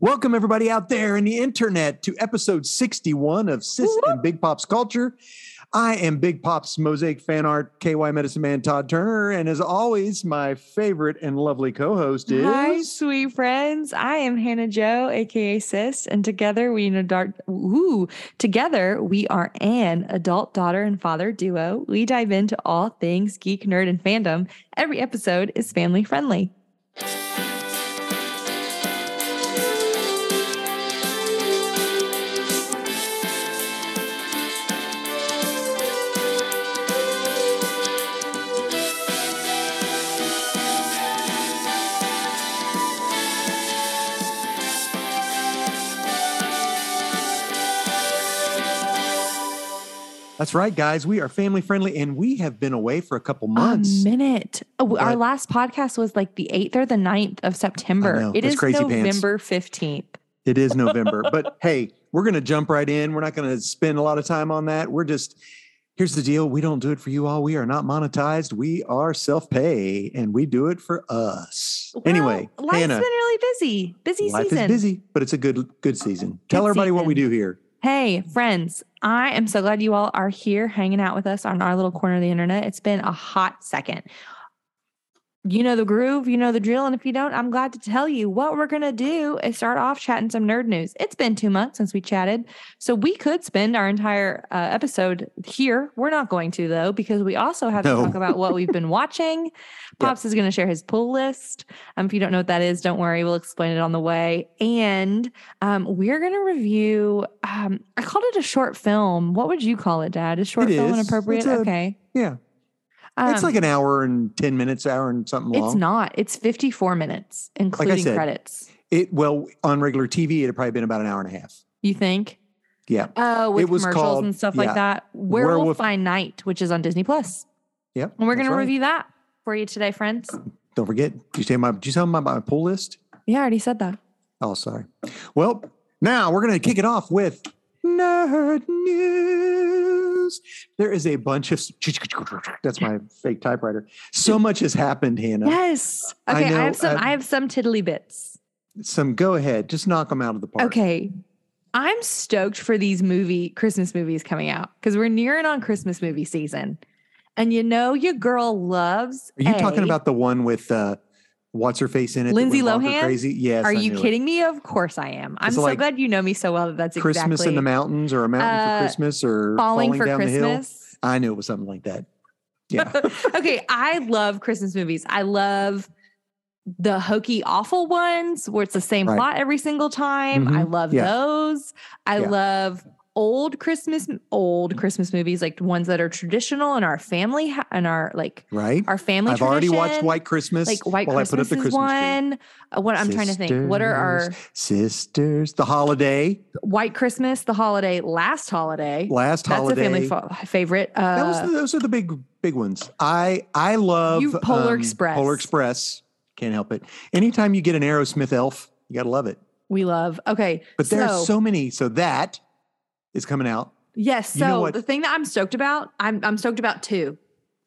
Welcome, everybody out there in the internet, to episode 61 of Sis and Big Pop's Culture. I am Big Pop's Mosaic Fan Art KY Medicine Man Todd Turner. And as always, my favorite and lovely co host is. Hi, sweet friends. I am Hannah Joe, aka Sis, and together we an adult. Ooh, together we are an adult daughter and father duo. We dive into all things geek, nerd, and fandom. Every episode is family friendly. That's right, guys. We are family friendly and we have been away for a couple months. A minute. Oh, w- our But- last podcast was like the eighth or the 9th of September. know, It that's is crazy pants. November fifteenth. It is November, but hey, we're going to jump right in. We're not going to spend a lot of time on that. We're just, here's the deal we don't do it for you all. We are not monetized. We are self pay and we do it for us. anyway, Well, life's Hannah, been really busy. Busy life season. Oh, is busy, but it's a good, good season. Tell Good everybody what we do season. here. Hey, friends, I am so glad you all are here hanging out with us on our little corner of the internet. It's been a hot second. You know the groove, you know the drill. And if you don't, I'm glad to tell you what we're going to do is start off chatting some nerd news. It's been two months since we chatted. So we could spend our entire uh, episode here. We're not going to, though, because we also have No. to talk about what we've been watching. Pops is going to share his pull list. Um, if you don't know what that is, don't worry. We'll explain it on the way. And um, we're going to review, um, I called it a short film. What would you call it, Dad? Is short It film is. It's inappropriate? a- okay. Yeah. it's Um, like an hour and 10 minutes, hour and something long. It's not. It's 54 minutes, including said. credits. It, well, on regular TV, it'd probably been about an hour and a half. You think? Yeah. Oh, with It was commercials called- and stuff yeah, like that. Werewolf, Werewolf- by Night, which is on Disney Plus. Yep. And we're that's going to right. review that for you today, friends. Don't forget, did you tell my, did you tell them about my pull list? Yeah, I already said that. Oh, sorry. Well, now we're going to kick it off with nerd news. There is a bunch of that's my fake typewriter. So much has happened, Hannah. Yes. I Okay, I, know, have some I've- I have some tiddly bits. Some go ahead, just knock them out of the park. Okay. I'm stoked for these movie Christmas movies coming out because we're nearing on Christmas movie season. And you know your girl loves Are you talking A. about the one with uh, what's her face in it? that Lindsay went bonkers Lohan? Crazy. Yes. Are I you knew it. kidding me? Of course I am. I'm It's so like glad you know me so well that that's exactly Christmas in the mountains, or a mountain Uh, for Christmas, or falling, falling, for down the hill. Christmas. I knew it was something like that. Yeah. okay, I love Christmas movies. I love the hokey awful ones where it's the same Right. Mm-hmm. plot every single time. I love Yeah. those. I Yeah. love old Christmas old Christmas movies like the ones that are traditional in our family ha- and our like right. our family I've already watched tradition. White Christmas. like white while Christmas I put up the is Christmas tree. one. Uh, What I'm trying to think. What are our Sisters, the holiday, White Christmas, the holiday, last holiday? last That's holiday. a family fa- favorite. Uh, that was the, those are the big big ones. I I love um, You- Polar Express. Polar Express can't help it. Anytime you get an Aerosmith elf, you gotta love it. we love. Okay, But there so- are so many. So that is coming out. Yes. So You know what- the thing that I'm stoked about, I'm I'm stoked about two.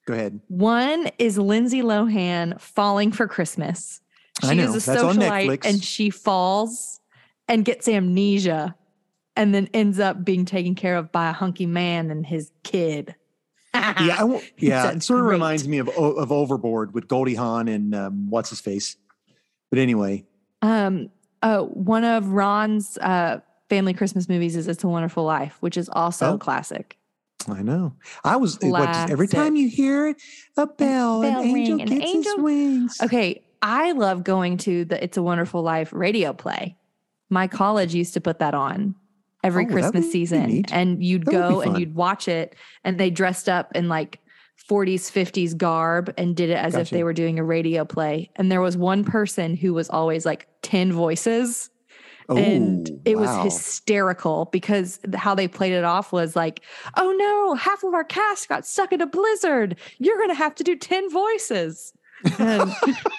Go ahead. One is Lindsay Lohan falling for Christmas. She I know. is a That's on socialite Netflix. and she falls and gets amnesia and then ends up being taken care of by a hunky man and his kid. Yeah, I won't, yeah. It That's sort of great. reminds me of O- of Overboard with Goldie Hawn and um, what's his face. But anyway, Um oh, one of Ron's uh family Christmas movies is It's a Wonderful Life, which is also Oh. a classic. I know. I was eh, what, just every Classic. time you hear it, a bell, bell an angel ring, an gets his angel- wings. Okay, I love going to the It's a Wonderful Life radio play. My college used to put that on every Oh, that'd Christmas be season, neat. and That you'd would be go and fun. you'd watch it, and they dressed up in like 40s, 50s garb and did it as if Gotcha. they were doing a radio play. And there was one person who was always like 10 voices and Oh, it wow. was hysterical because th- how they played it off was like, "Oh no, half of our cast got stuck in a blizzard. You're going to have to do 10 voices." And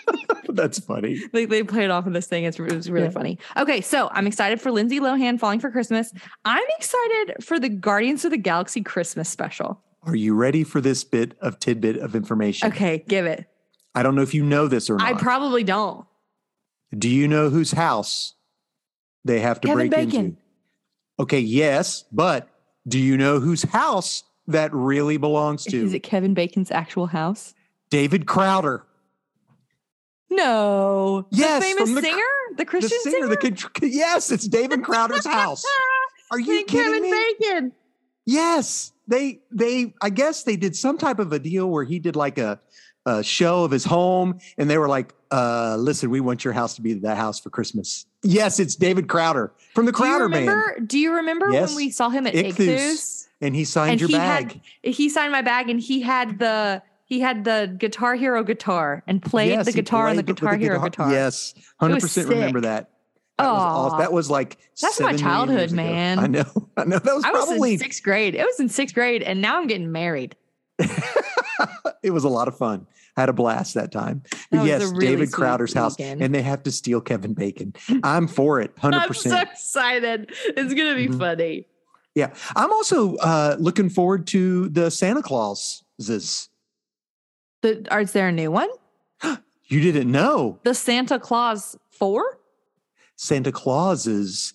That's funny. they, they play it off of this thing. It's, it was really Yeah. funny. Okay, so I'm excited for Lindsay Lohan falling for Christmas. I'm excited for the Guardians of the Galaxy Christmas special. Are you ready for this bit of tidbit of information? Okay, give it. I don't know if you know this or not. I probably don't. Do you know whose house they have to Kevin break Bacon. into. Okay, yes, but do you know whose house that really belongs to? Is it Kevin Bacon's actual house? David Crowder. No. Yes, The famous from the cr- singer? The Christian the singer, the kid, yes, it's David Crowder's house. Are you Then kidding Kevin me? Bacon. Yes, they they I guess they did some type of a deal where he did like a, a show of his home, and they were like, uh, "Listen, we want your house to be that house for Christmas." Yes, it's David Crowder from the Do you Crowder Band, remember? Do you remember Yes. when we saw him at Ichthus. Ichthus? and he signed and your he had- bag. He signed my bag, and he had the he had the Guitar Hero guitar and played Yes, the he guitar on the played with Guitar Hero guitar. Yes, hundred percent remember sick. that. That was, awesome. Aw. that was like That's my 7 million childhood, years ago. man. I know, I know. That was I was probably in sixth grade. It was in sixth grade, and now I'm getting married. it was a lot of fun. I had a blast that time. That was yes, a really David sweet Crowder's house, weekend. and they have to steal Kevin Bacon. I'm for it, hundred I'm so percent. excited. It's gonna be Mhm. funny. I'm also uh, looking forward to the Santa Clauses. The, are, is there a new one? You didn't know The Santa Claus Four? Santa Clauses.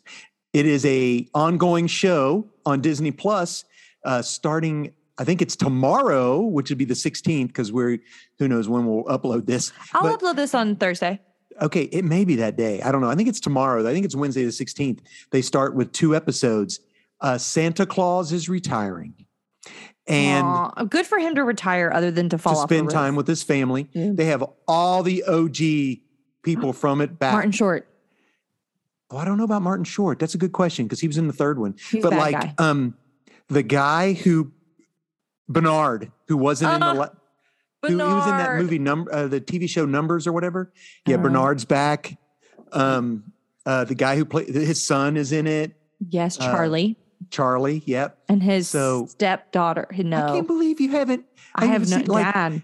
It is a ongoing show on Disney Plus, uh, starting. I think it's tomorrow, which would be the 16th, because we're who knows when we'll upload this. I'll But- upload this on Thursday. Okay, it may be that day. I don't know. I think it's tomorrow. I think it's Wednesday the 16th. They start with two episodes. Uh, Santa Claus is retiring and Aw, good for him to retire, other than to fall to off a spend roof. time with his family. Yeah. They have all the OG people from it back. Martin Short. Oh, I don't know about Martin Short. That's a good question because he was in the third one. He's but a bad like guy. um the guy who Bernard, who wasn't in the Uh, la- who, he was in that Bernard. Uh-huh. movie number uh, the TV show Numbers or whatever. I Yeah, don't know. Bernard's back. Um uh the guy who played his son is in it. Yes, uh, Charlie Charlie, yep. and his so- stepdaughter. I No, can't believe you haven't I, I have no. haven't seen, like- Dad.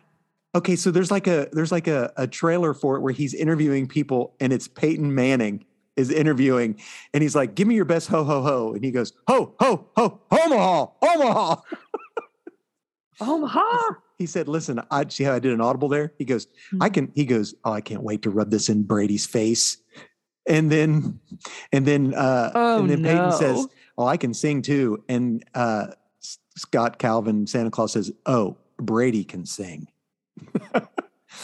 Okay, so there's like a there's like a, a trailer for it where he's interviewing people and it's Peyton Manning is interviewing and he's like, Give me your best ho ho ho. And he goes, Ho, ho, ho, Omaha, Omaha. Omaha. He said, Listen, I see how I did an audible there? He goes, I Mm-hmm. can he goes, Oh, I can't wait to rub this in Brady's face. And then and then uh Oh and then no. Peyton says, Oh, I can sing too. And uh S- Scott Calvin, Santa Claus says, Oh, Brady can sing.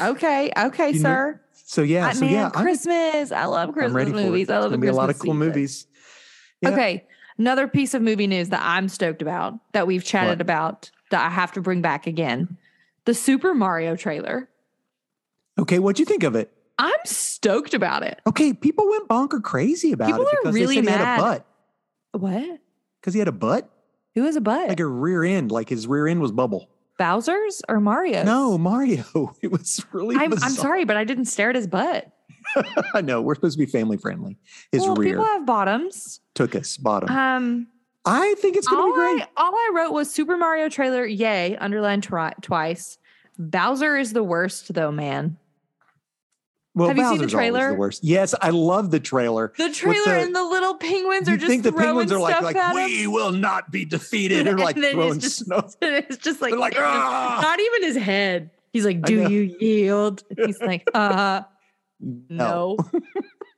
"Okay, okay, You know- sir. So yeah, I, so man, yeah, I'm- Christmas. I love Christmas I'm ready for it. movies. I It's love the gonna be a lot of Christmas cool season. movies. Yeah. Okay, another piece of movie news that I'm stoked about that we've chatted What? about that I have to bring back again: the Super Mario trailer. Okay, what'd you think of it? I'm stoked about it. Okay, people went bonker crazy about People it are because really they said he had mad. a butt. What? Because he had a butt, Who is a butt? like a rear end, like his rear end was bubble. Bowser's or Mario? No, Mario. It was really. I'm, I'm bizarre. sorry, but I didn't stare at his butt. I know we're supposed to be family friendly. His well, rear people have bottoms. took us bottom. Um, I think it's gonna all be great. I, all I wrote was Super Mario trailer, yay, underlined tri- twice. Bowser is the worst, though, man. well, have you seen the Bowser's always trailer? The worst. Yes, I love the trailer. The trailer the- and the little penguins are you just think the throwing penguins are like, stuff like at we him. will not be defeated, or And like then it's throwing just- snow. it's just like, They're like, it's just- "Ah!" not even his head. He's like, I do know. you yield? He's like, uh, no.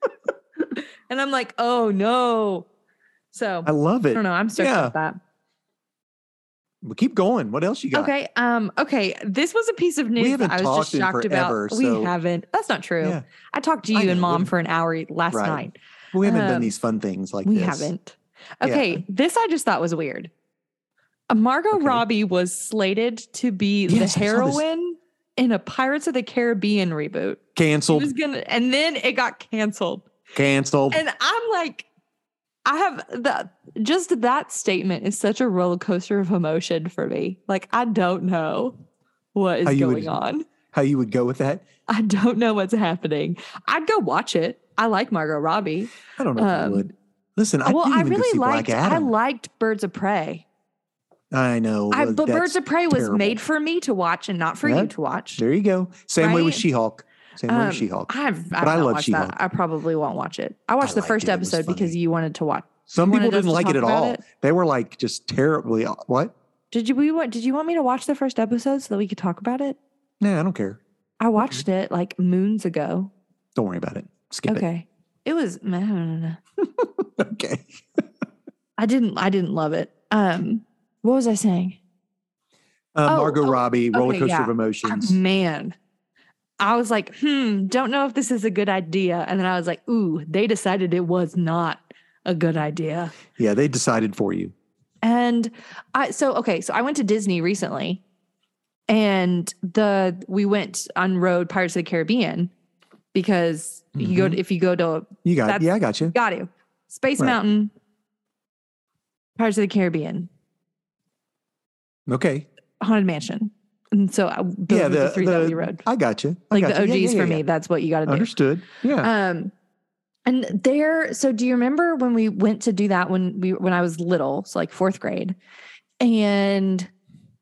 and I'm like, oh no. So I love I it. don't know. I'm stoked Yeah. about that. Well, keep going. What else you got? Okay. Um. Okay. This was a piece of news haven't that I was just talked in shocked forever, about. so- We haven't. That's not true. Yeah. I talked to I you and know, mom we- for an hour last Right. night. We haven't done Um, these fun things like we this. haven't. Yeah. Okay. This I just thought was weird. Uh, Margot Okay. Robbie was slated to be Yes, the I saw this. heroine in a Pirates of the Caribbean reboot. She Canceled. was gonna, and then it got canceled. canceled. And I'm like, I have the just that statement is such a roller coaster of emotion for me. Like, I don't know what is How you going would- on. How you would go with that? I don't know what's happening. I'd go watch it. I like Margot Robbie. I don't know if Um, you would. Listen, I well, didn't I even go really see liked. Black I Adam. liked Birds of Prey. I know. I, well, but Birds that's- of Prey was terrible. made for me to watch and not for Yeah. you to watch. There you go. Same way with Right? She-Hulk. Same way Um, with She-Hulk. I've, I I love love watched that. She-Hulk. I probably won't watch it. I watched the liked first it. It was episode because funny. you wanted to watch. Some people wanted us didn't to like it talk at about all. it? They were like just terribly. What? Did you? We want? Did you want me to watch the first episode so that we could talk about it? Nah, I don't care. I watched it like moons ago. Don't worry about it. Skip it. okay. It was. meh, meh, meh, meh. Okay. I didn't I didn't love it. Um what was I saying? Uh, Oh, Margot oh, Robbie, okay, Roller Coaster yeah. Mm-hmm. of Emotions. Ah, Man. I was like, hmm, don't know if this is a good idea. And then I was like, ooh, they decided it was not a good idea. yeah, they decided for you. And I so okay, so I went to Disney recently and the we went on road Pirates of the Caribbean because you go Mhm. if you go to You got, That's- yeah, I got you. got to Space Right. Mountain, Pirates of the Caribbean, Okay, Haunted Mansion. And so I, those Yeah, were the, the- three that the- we rode. I got you. I Like the got OGs you. Yeah, yeah, for yeah, me, that's what you got to yeah. do. Understood. Yeah. Um, and there, so do you remember when we went to do that when we when I was little, so like fourth grade, and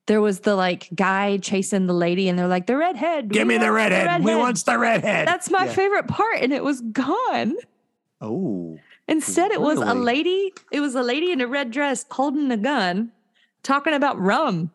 there was the like guy chasing the lady, and they're like the redhead. Give we me the want redhead. We redhead." want the redhead. That's my Yeah. favorite part, and it was gone. Oh, Instead, it was a Really? lady. It was a lady in a red dress holding a gun, talking about rum.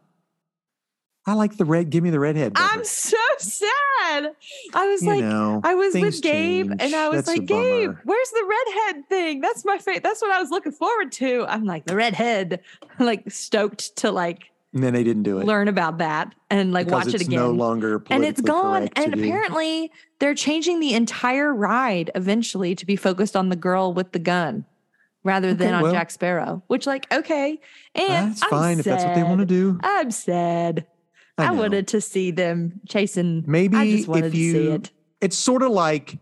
I like the red. Give me the redhead. better. I'm so sad. I was You like, know, I was things with Gabe change. and I was That's a like, Gabe, bummer." where's the redhead thing? That's my favorite. That's what I was looking forward to. I'm like, the redhead, like stoked to like and then they didn't do it. learn about that and like because watch it it's again. No longer and politically it's gone. correct to And do. apparently they're changing the entire ride eventually to be focused on the girl with the gun rather than Okay, on well- Jack Sparrow, which like, okay. And that's fine if that's what they want to do. I'm sad. I, know. wanted to see them chasing. I Maybe just wanted if to see you, it. it's sort of like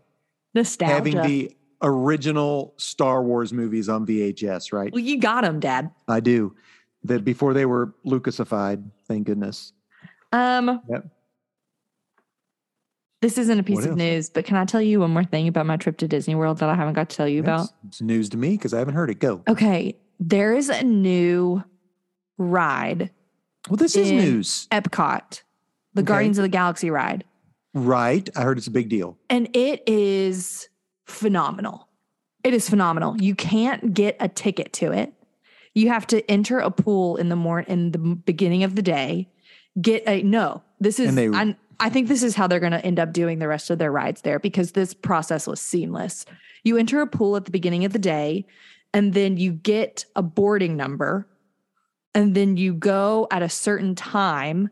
Nostalgia. having the original Star Wars movies on VHS, right? Well, you got him, Dad. I do. That before they were Lucasified, thank goodness. Um, Yep. This isn't a piece What of else? news, but can I tell you one more thing about my trip to Disney World that I haven't got to tell you That's- about? Uh, It's news to me because I haven't heard it go. Okay, there is a new ride, Well, this is in- news, Epcot, the Okay. Guardians of the Galaxy ride, right? I heard it's a big deal. and it is phenomenal. It is phenomenal. You can't get a ticket to it. You have to enter a pool in the morning, in the beginning of the day. Get a no. This is And they- I, I think this is how they're going to end up doing the rest of their rides there because this process was seamless. You enter a pool at the beginning of the day, and then you get a boarding number, and then you go at a certain time,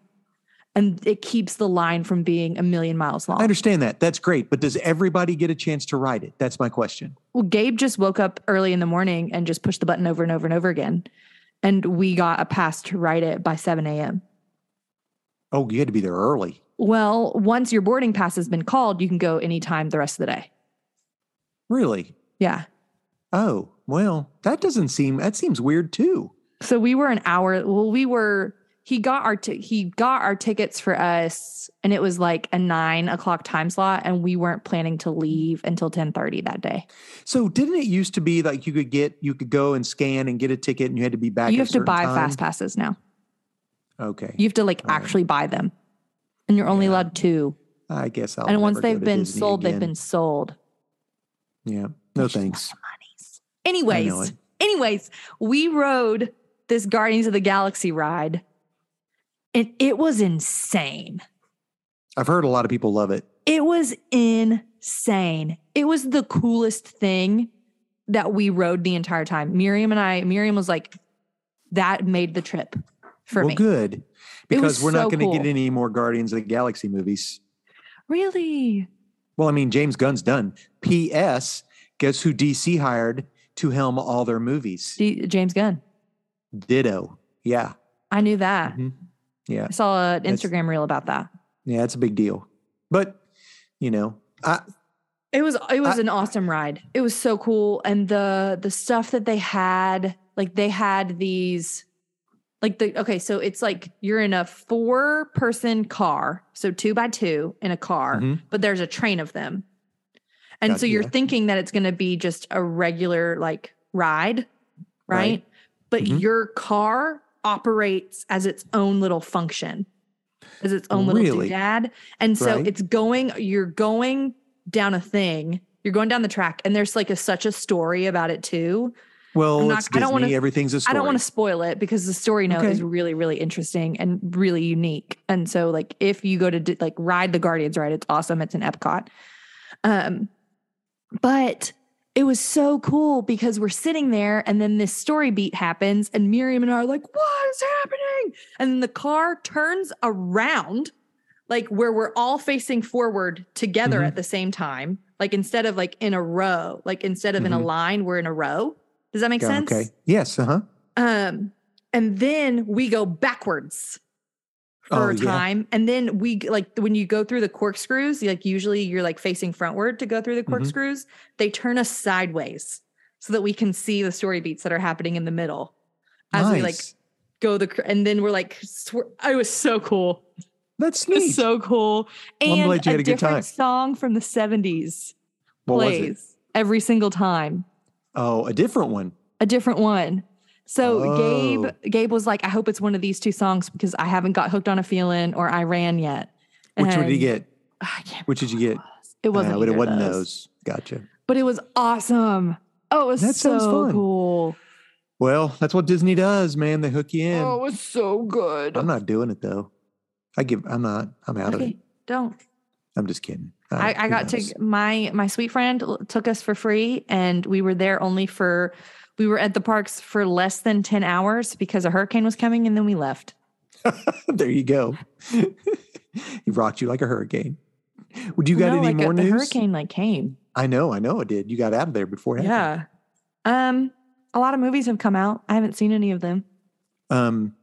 and it keeps the line from being a million miles long. I understand that. That's great. But does everybody get a chance to ride it? That's my question. Well, Gabe just woke up early in the morning and just pushed the button over and over and over again. And we got a pass to ride it by 7 a.m. Oh, you had to be there early. Well, once your boarding pass has been called, you can go anytime the rest of the day. Really? Yeah. Oh, well, that doesn't seem, that seems weird too. So we were an hour. Well, we were. He got our ti- he got our tickets for us, and it was like a nine o'clock time slot, and we weren't planning to leave until ten thirty that day. So didn't it used to be like you could get, you could go and scan and get a ticket and you had to be back? at you a have to certain buy time? fast passes now. Okay. You have to like All right. actually buy them, and you're only Yeah. allowed two. I guess I'll. and once never go they've to been Disney sold, they've again. been sold. Yeah. No It's just not thanks. the monies. Anyways, it. anyways, we rode this Guardians of the Galaxy ride, and it was insane. I've heard a lot of people love it. It was insane. It was the coolest thing that we rode the entire time. Miriam and I, Miriam was like, that made the trip for well, me. good. Because was we're so not going to cool. get any more Guardians of the Galaxy movies. Really? Well, I mean, James Gunn's done. P.S. Guess who DC hired to helm all their movies? D- James Gunn. Ditto. Yeah. I knew that. Mhm. Yeah. I saw an That's- Instagram reel about that. Yeah. It's a big deal. But, you know, I, It was it was I- an awesome ride. It was so cool, and the the stuff that they had, like they had these, like the okay, so it's like you're in a four person car, so two by two in a car, Mhm. but there's a train of them, and so Gotcha, you're yeah. thinking that it's going to be just a regular like ride, right? Right. But Mhm. your car operates as its own little function, as its own little Really? doodad, and so Right. it's going. You're going down a thing. You're going down the track, and there's like a such a story about it too. well, I'm not- it's I Disney. don't wanna- Everything's a story. I don't want to spoil it because the story note Okay. is really, really interesting and really unique. And so, like, if you go to di- like ride the Guardians ride, it's awesome. It's an Epcot. Um, but it was so cool because we're sitting there and then this story beat happens and Miriam and I are like, what is happening? And then the car turns around, like where we're all facing forward together Mhm. at the same time. Like instead of like in a row, like instead of in a Mhm. line, we're in a row. Does that make Yeah, sense? Okay. Yes. Uh huh. Um, and then we go backwards for Oh, a yeah. time. And then we g- like when you go through the corkscrews, you, like usually you're like facing frontward to go through the Mhm. corkscrews. They turn us sideways so that we can see the story beats that are happening in the middle as we like go the cr- and then we're like sw- I was so cool. That's It was neat. so cool. Well, And I'm glad you had a good different time. song from the 70s what was it? plays every single time Oh, a different one. a different one. So Oh. Gabe Gabe was like, I hope it's one of these two songs because I haven't got hooked on a feeling or I ran yet. Which one did you And get? I can't Which did you get? remember what It wasn't. Uh, but it either of wasn't those. those. Gotcha. But it was awesome. Oh, it was That so sounds fun. cool. Well, that's what Disney does, man. They hook you in. Oh, it was so good. I'm not doing it though. I give. I'm not. I'm out of it. okay, don't. I'm just kidding. I, I got to my my sweet friend l- took us for free, and we were there only for we were at the parks for less than ten hours because a hurricane was coming, and then we left. there you go. he rocked you like a hurricane. Would you got No, any like, uh, more the news? hurricane like came. I know. I know. It did. You got out of there before. It happened. Yeah. Um, a lot of movies have come out. I haven't seen any of them. Um,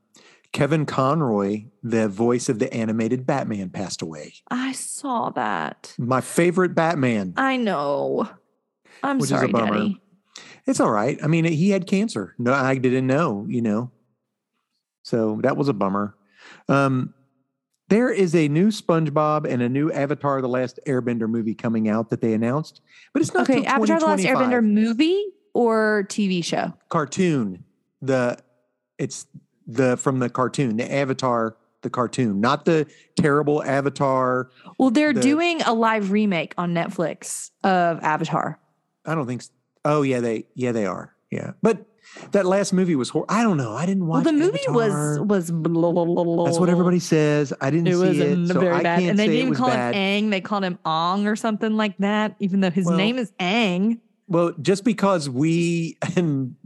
Kevin Conroy, the voice of the animated Batman, passed away. I saw that. My favorite Batman. I know. I'm Which is a sorry, bummer. Daddy. It's all right. I mean, he had cancer. No, I didn't know, you know. So that was a bummer. Um, there is a new SpongeBob and a new Avatar: The Last Airbender movie coming out that they announced, but it's not Okay, till Avatar: The Last 2025. Airbender movie or TV show? cartoon. The it's the from the cartoon, the Avatar, the cartoon, not the terrible Avatar. Well, they're The- doing a live remake on Netflix of Avatar. I don't think. s- Oh yeah, they yeah they are yeah. But that last movie was horrible. I don't know. I didn't Well, watch. the movie Avatar. was was That's what everybody says. I didn't It see was it, so very I bad, can't and they say didn't it even was call bad. him Aang. They called him Ong or something like that, even though his Well- name is Aang. Well, just because we in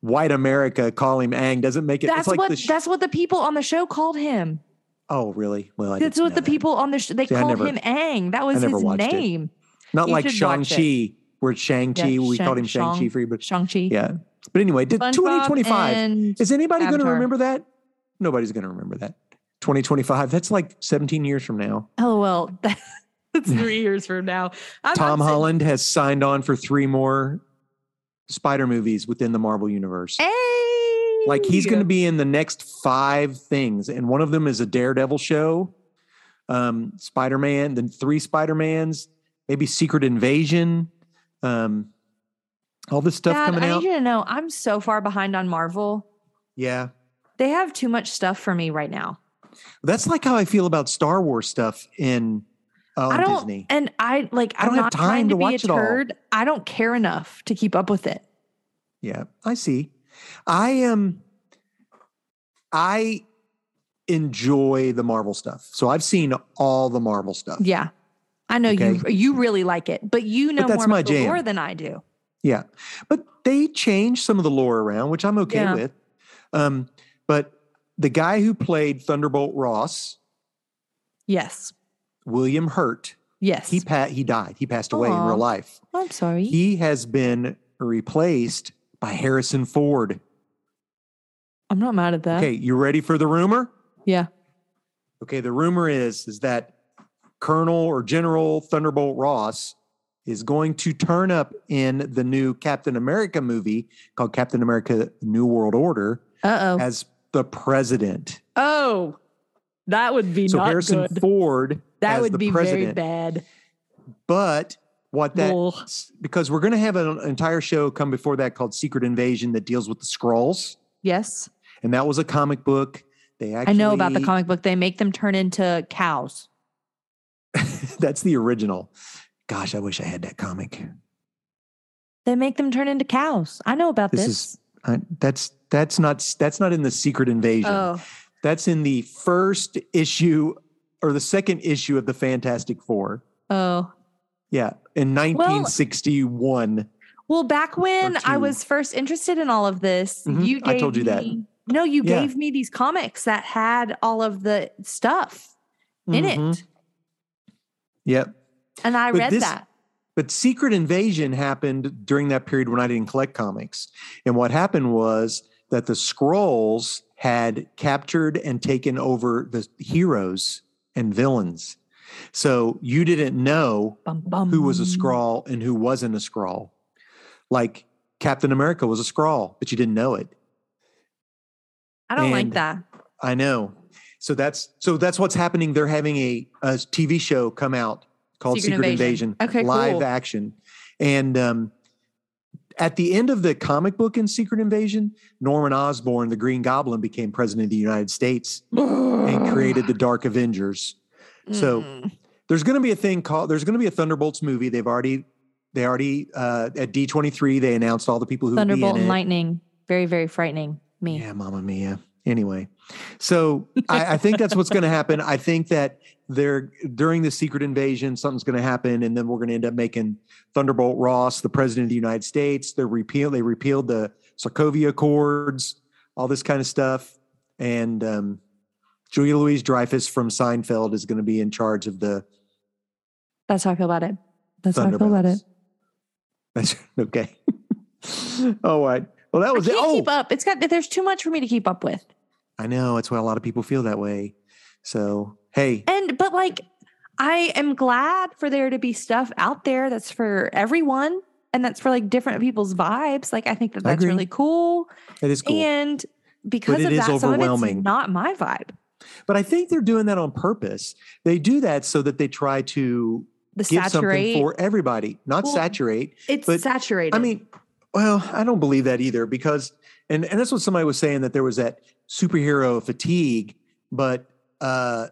white America call him Ang doesn't make it. That's it's like what the sh- that's what the people on the show called him. oh really? Well, I That's didn't what know the that. people on the sh- they See, I called never- him Ang. That was never his watched it. name. Not you like should Shang watch it. Chi, where Shang Chi Yeah, we Shang- called him Shang Chi Shang- for you, but Shang Chi. yeah. But anyway, did SpongeBob 2025. and- Is anybody going to Avatar. remember that? Nobody's going to remember that. 2025. That's like 17 years from now. LOL. That's three years from now. I'm, Tom I'm Holland has signed on for three more Spider movies within the Marvel universe. Saying, hey. Like he's going to be in the next five things, and one of them is a Daredevil show, um, Spider Man, then three Spider Mans, maybe Secret Invasion, um, all this stuff Dad, coming I out. need you to know I'm so far behind on Marvel. yeah, They have too much stuff for me right now. that's like how I feel about Star Wars stuff in uh, I on don't, Disney. and I like. I don't I'm have not time trying to to, be watch a it all. turd. I don't care enough to keep up with it. Yeah, I see. I am. I enjoy the Marvel stuff, so I've seen all the Marvel stuff. Yeah, I know you. Okay. You really like it, but you know that's more my about the jam. lore than I do. Yeah. But they changed some of the lore around, which I'm okay Yeah. with. Um, but the guy who played Thunderbolt Ross, Yes, William Hurt, yes. he pa- he died. He passed away in Aw. real life. I'm sorry. He has been replaced by Harrison Ford. I'm not mad at that. Okay, you ready for the rumor? Yeah. Okay, the rumor is is that Colonel or General Thunderbolt Ross is going to turn up in the new Captain America movie called Captain America New World Order Uh oh. as the president. Oh, that would be so not Harrison good. Ford That as would the be very president. bad. But what that Ugh. because we're going to have an entire show come before that called Secret Invasion that deals with the Skrulls, yes, and that was a comic book. They actually I know about the comic book. They make them turn into cows. That's the original. Gosh, I wish I had that comic. They make them turn into cows. I know about This this. is- I, that's that's not that's not in the Secret Invasion. oh, That's in the first issue or the second issue of the Fantastic Four. oh. Yeah, in 1961. Well, back when I two. was first interested in all of this, Mhm, you I gave told you that. me- No, you Yeah. gave me these comics that had all of the stuff in Mhm. it, Yep. and I But read this- that. But Secret Invasion happened during that period when I didn't collect comics. And what happened was that the scrolls had captured and taken over the heroes and villains. So you didn't know Bum, bum. who was a scrawl and who wasn't a scrawl. Like Captain America was a scrawl, but you didn't know it. I don't like and- that. I know. So that's so that's what's happening. They're having a, a TV show come out called Secret Secret, Invasion. Invasion, Okay, live cool. action, and um, at the end of the comic book in Secret Invasion, Norman Osborn, the Green Goblin, became president of the United States and Oh. created the Dark Avengers. so- Mm. There's going to be a thing called There's going to be a Thunderbolts movie. They've already they already uh, at D23 they announced all the people who would be in Thunderbolt and it. lightning, very very frightening. Me. Yeah, Mamma Mia. Anyway, so I, I think that's what's going to happen. I think that they're during the secret invasion, something's going to happen, and then we're going to end up making Thunderbolt Ross the president of the United States. They repeal, they repealed the Sokovia Accords, all this kind of stuff, and um, Julia Louise Dreyfus from Seinfeld is going to be in charge of the That's how I feel about it. That's how I feel about it. Thunderbolts. That's okay. all right. Well, that was I it. can't Oh, keep up. It's got there's too much for me to keep up with. I know it's why a lot of people feel that way. So hey, And but like I am glad for there to be stuff out there that's for everyone and that's for like different people's vibes. Like I think that I that's agree. really cool. that is cool. And because it of is that, some of it's overwhelming. not my vibe. but I think they're doing that on purpose. They do that so that they try to The give saturate something for everybody, not Well, saturate. it's but, saturated. I mean, well, I don't believe that either because, and, and that's what somebody was saying that there was that superhero fatigue, but uh,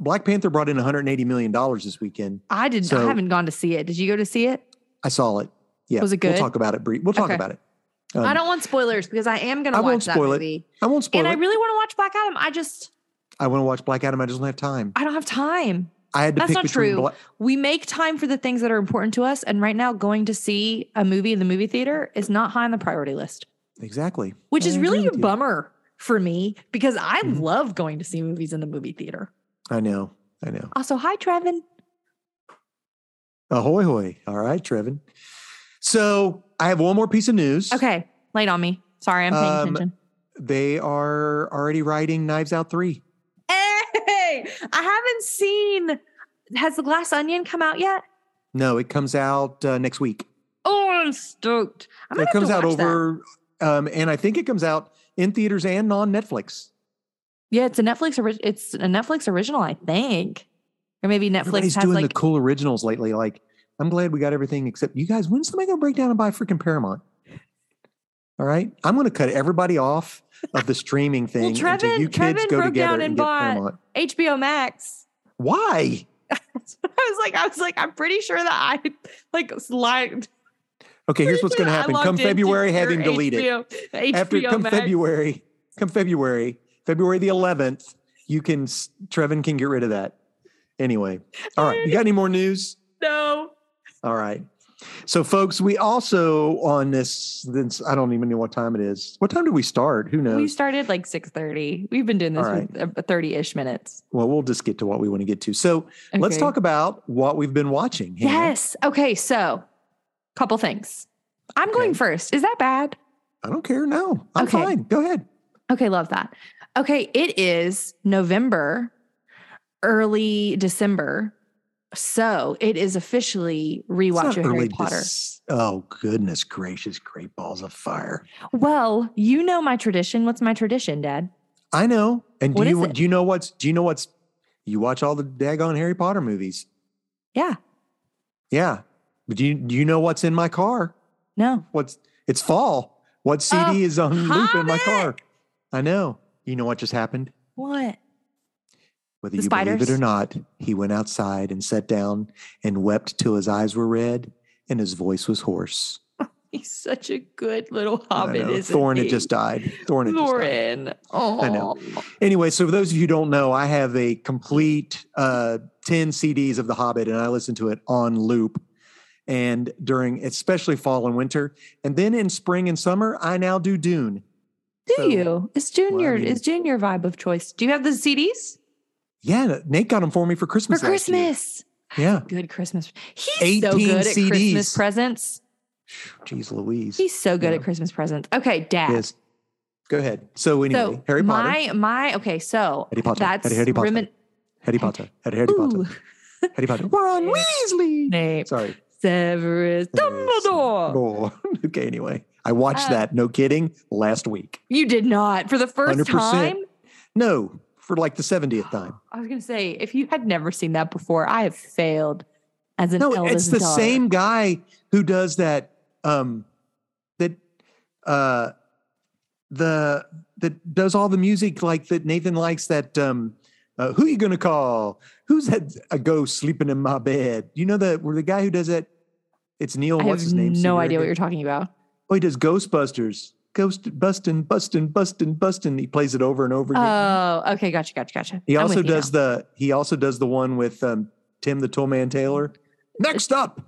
Black Panther brought in $180 million this weekend. I did I so- haven't gone to see it. Did you go to see it? I saw it. Yeah. Was it good? We'll talk about it. Brie. We'll talk Okay. about it. Um, I don't want spoilers because I am gonna I watch won't that spoil it. movie. I won't spoil and it. I really want to watch Black Adam. I just I want to watch Black Adam. I just don't have time. I don't have time. I had to That's pick not between true. Bla- we make time for the things that are important to us. And right now, going to see a movie in the movie theater is not high on the priority list, Exactly. which I is agree really a with you. bummer for me because I Mhm. love going to see movies in the movie theater. I know. I know. Also, hi, Trevin. Ahoy, hoy. All right, Trevin. So I have one more piece of news. Okay, late on me. Sorry, I'm paying Um, attention. They are already writing Knives Out 3. Hey, I haven't seen. Has The Glass Onion come out yet? No, it comes out uh, next week. Oh, I'm stoked. I'm it gonna comes have out to watch that. over, um, and I think it comes out in theaters and on Netflix. Yeah, it's a Netflix. Ori- it's a Netflix original, I think, or maybe Netflix Everybody's has doing like the cool originals lately. Like, I'm glad we got everything except you guys. When's somebody gonna break down and buy freaking Paramount? All right, I'm gonna cut everybody off of the streaming thing until Trevin- you kids Trevin go broke together down and get bought- Paramount. HBO Max. Why? That's what I was like. I was like, I'm pretty sure that I like lied. Okay, here's what's going to I happen. logged Come into February, have your him delete it. HBO, HBO After come Max. February, come February, February the 11th, you can s- Trevin can get rid of that. Anyway, all right. You got any more news? No. All right. So, folks, we also on this. This I don't even know what time it is. What time did we start? Who knows? We started like 6:30. We've been doing this All right. for 30-ish minutes. well, we'll just get to what we want to get to. So, let's Okay. talk about what we've been watching. Hannah. Yes. Okay, so couple things. I'm going Okay. first. Is that bad? I don't care. No, I'm Okay. fine. Go ahead. Okay, love that. Okay, it is November, early December. So it is officially It's rewatch not of Harry early Potter. dis- oh goodness gracious! Great balls of fire. Well, you know my tradition. What's my tradition, Dad? I know. And do What is you it? do you know what's do you know what's you watch all the daggone Harry Potter movies? Yeah. Yeah. But do you do you know what's in my car? No. What's it's fall. What CD Oh, is on loop in my Hobbit! car? I know. You know what just happened? What? Whether The you believe spiders? it or not, he went outside and sat down and wept till his eyes were red and his voice was hoarse. He's such a good little I hobbit, know. isn't Thorin he? had just died. Thorin had just died. Thorin. Oh, I know. Anyway, so for those of you who don't know, I have a complete uh, 10 CDs of The Hobbit and I listen to it on loop. and during especially fall and winter. And then in spring and summer, I now do Dune. Do So- you? It's junior. mean- it's junior vibe of choice. Do you have the CDs Yeah, Nate got them for me for for Christmas. last year. Christmas? Yeah. Good Christmas. He's so 18 good at Christmas CDs. presents. Jeez Louise. He's so good Yeah. at Christmas presents. Okay, Dad. Yes. Go ahead. So anyway, so Harry Potter. My my okay. So Harry Potter. that's Harry, Harry Potter. remin- Harry Potter. Harry, Harry Ooh. Potter. Harry Potter. Ron Weasley. name Sorry. Severus Dumbledore. Dumbledore. okay, anyway. I watched Oh. Uh, that, no kidding, last week. You did not for the 1st 100%. time. No, for like the 70th time. I was gonna say if you had never seen that before, I have failed as an No, eldest it's the daughter. same guy who does that um that uh the that does all the music like that Nathan likes that um uh, who you gonna call? Who's that a ghost sleeping in my bed? You know that we're the guy who does that. It's Neil. I have what's his name? no idea what Seaberg. you're talking about. Oh, he does Ghostbusters. Ghost bustin', bustin', bustin', bustin'. He plays it over and over again. Oh, okay, gotcha, gotcha, gotcha. he I'm also with you does the he also does the one with um, Tim the Toolman Taylor. Next up, now.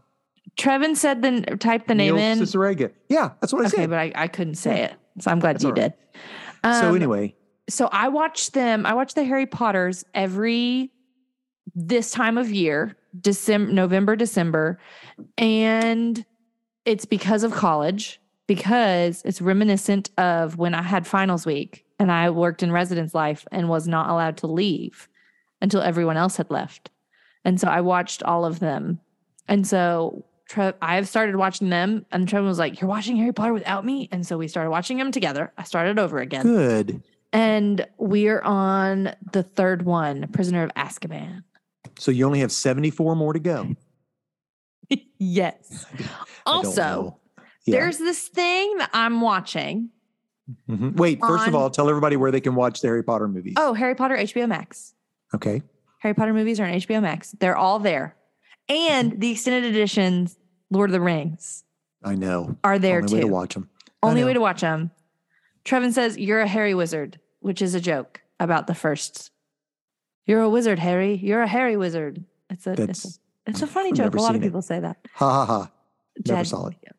Trevin said the n- type the name Neil in. Cicerega. Yeah, that's what I Okay, said. but I, I couldn't say it, so I'm glad That's you all did. right. so Um, anyway, so I watch them. I watch the Harry Potters every this time of year, December, November, December, and it's because of college. Because it's reminiscent of when I had finals week and I worked in residence life and was not allowed to leave until everyone else had left, and so I watched all of them. And so Tre- I've started watching them, and Trevor was like, "You're watching Harry Potter without me," and so we started watching them together. I started over again. good. And we're on the third one, Prisoner of Azkaban. So you only have seventy four more to go. yes. I don't Also, know. Yeah. there's this thing that I'm watching. Mhm. wait. First of on- all, tell everybody where they can watch the Harry Potter movies. Oh, Harry Potter HBO Max. Okay, Harry Potter movies are on HBO Max. They're all there. And the extended editions, Lord of the Rings, I know. are there Only too. way to watch them. I Only know. way to watch them. Trevin says, You're a Harry wizard, which is a joke about the first. You're a wizard, Harry. You're a Harry wizard. It's a, it's a, That's it's a funny I've joke. never A lot of seen it. people say that. ha ha ha. Never Jed- saw it. I don't get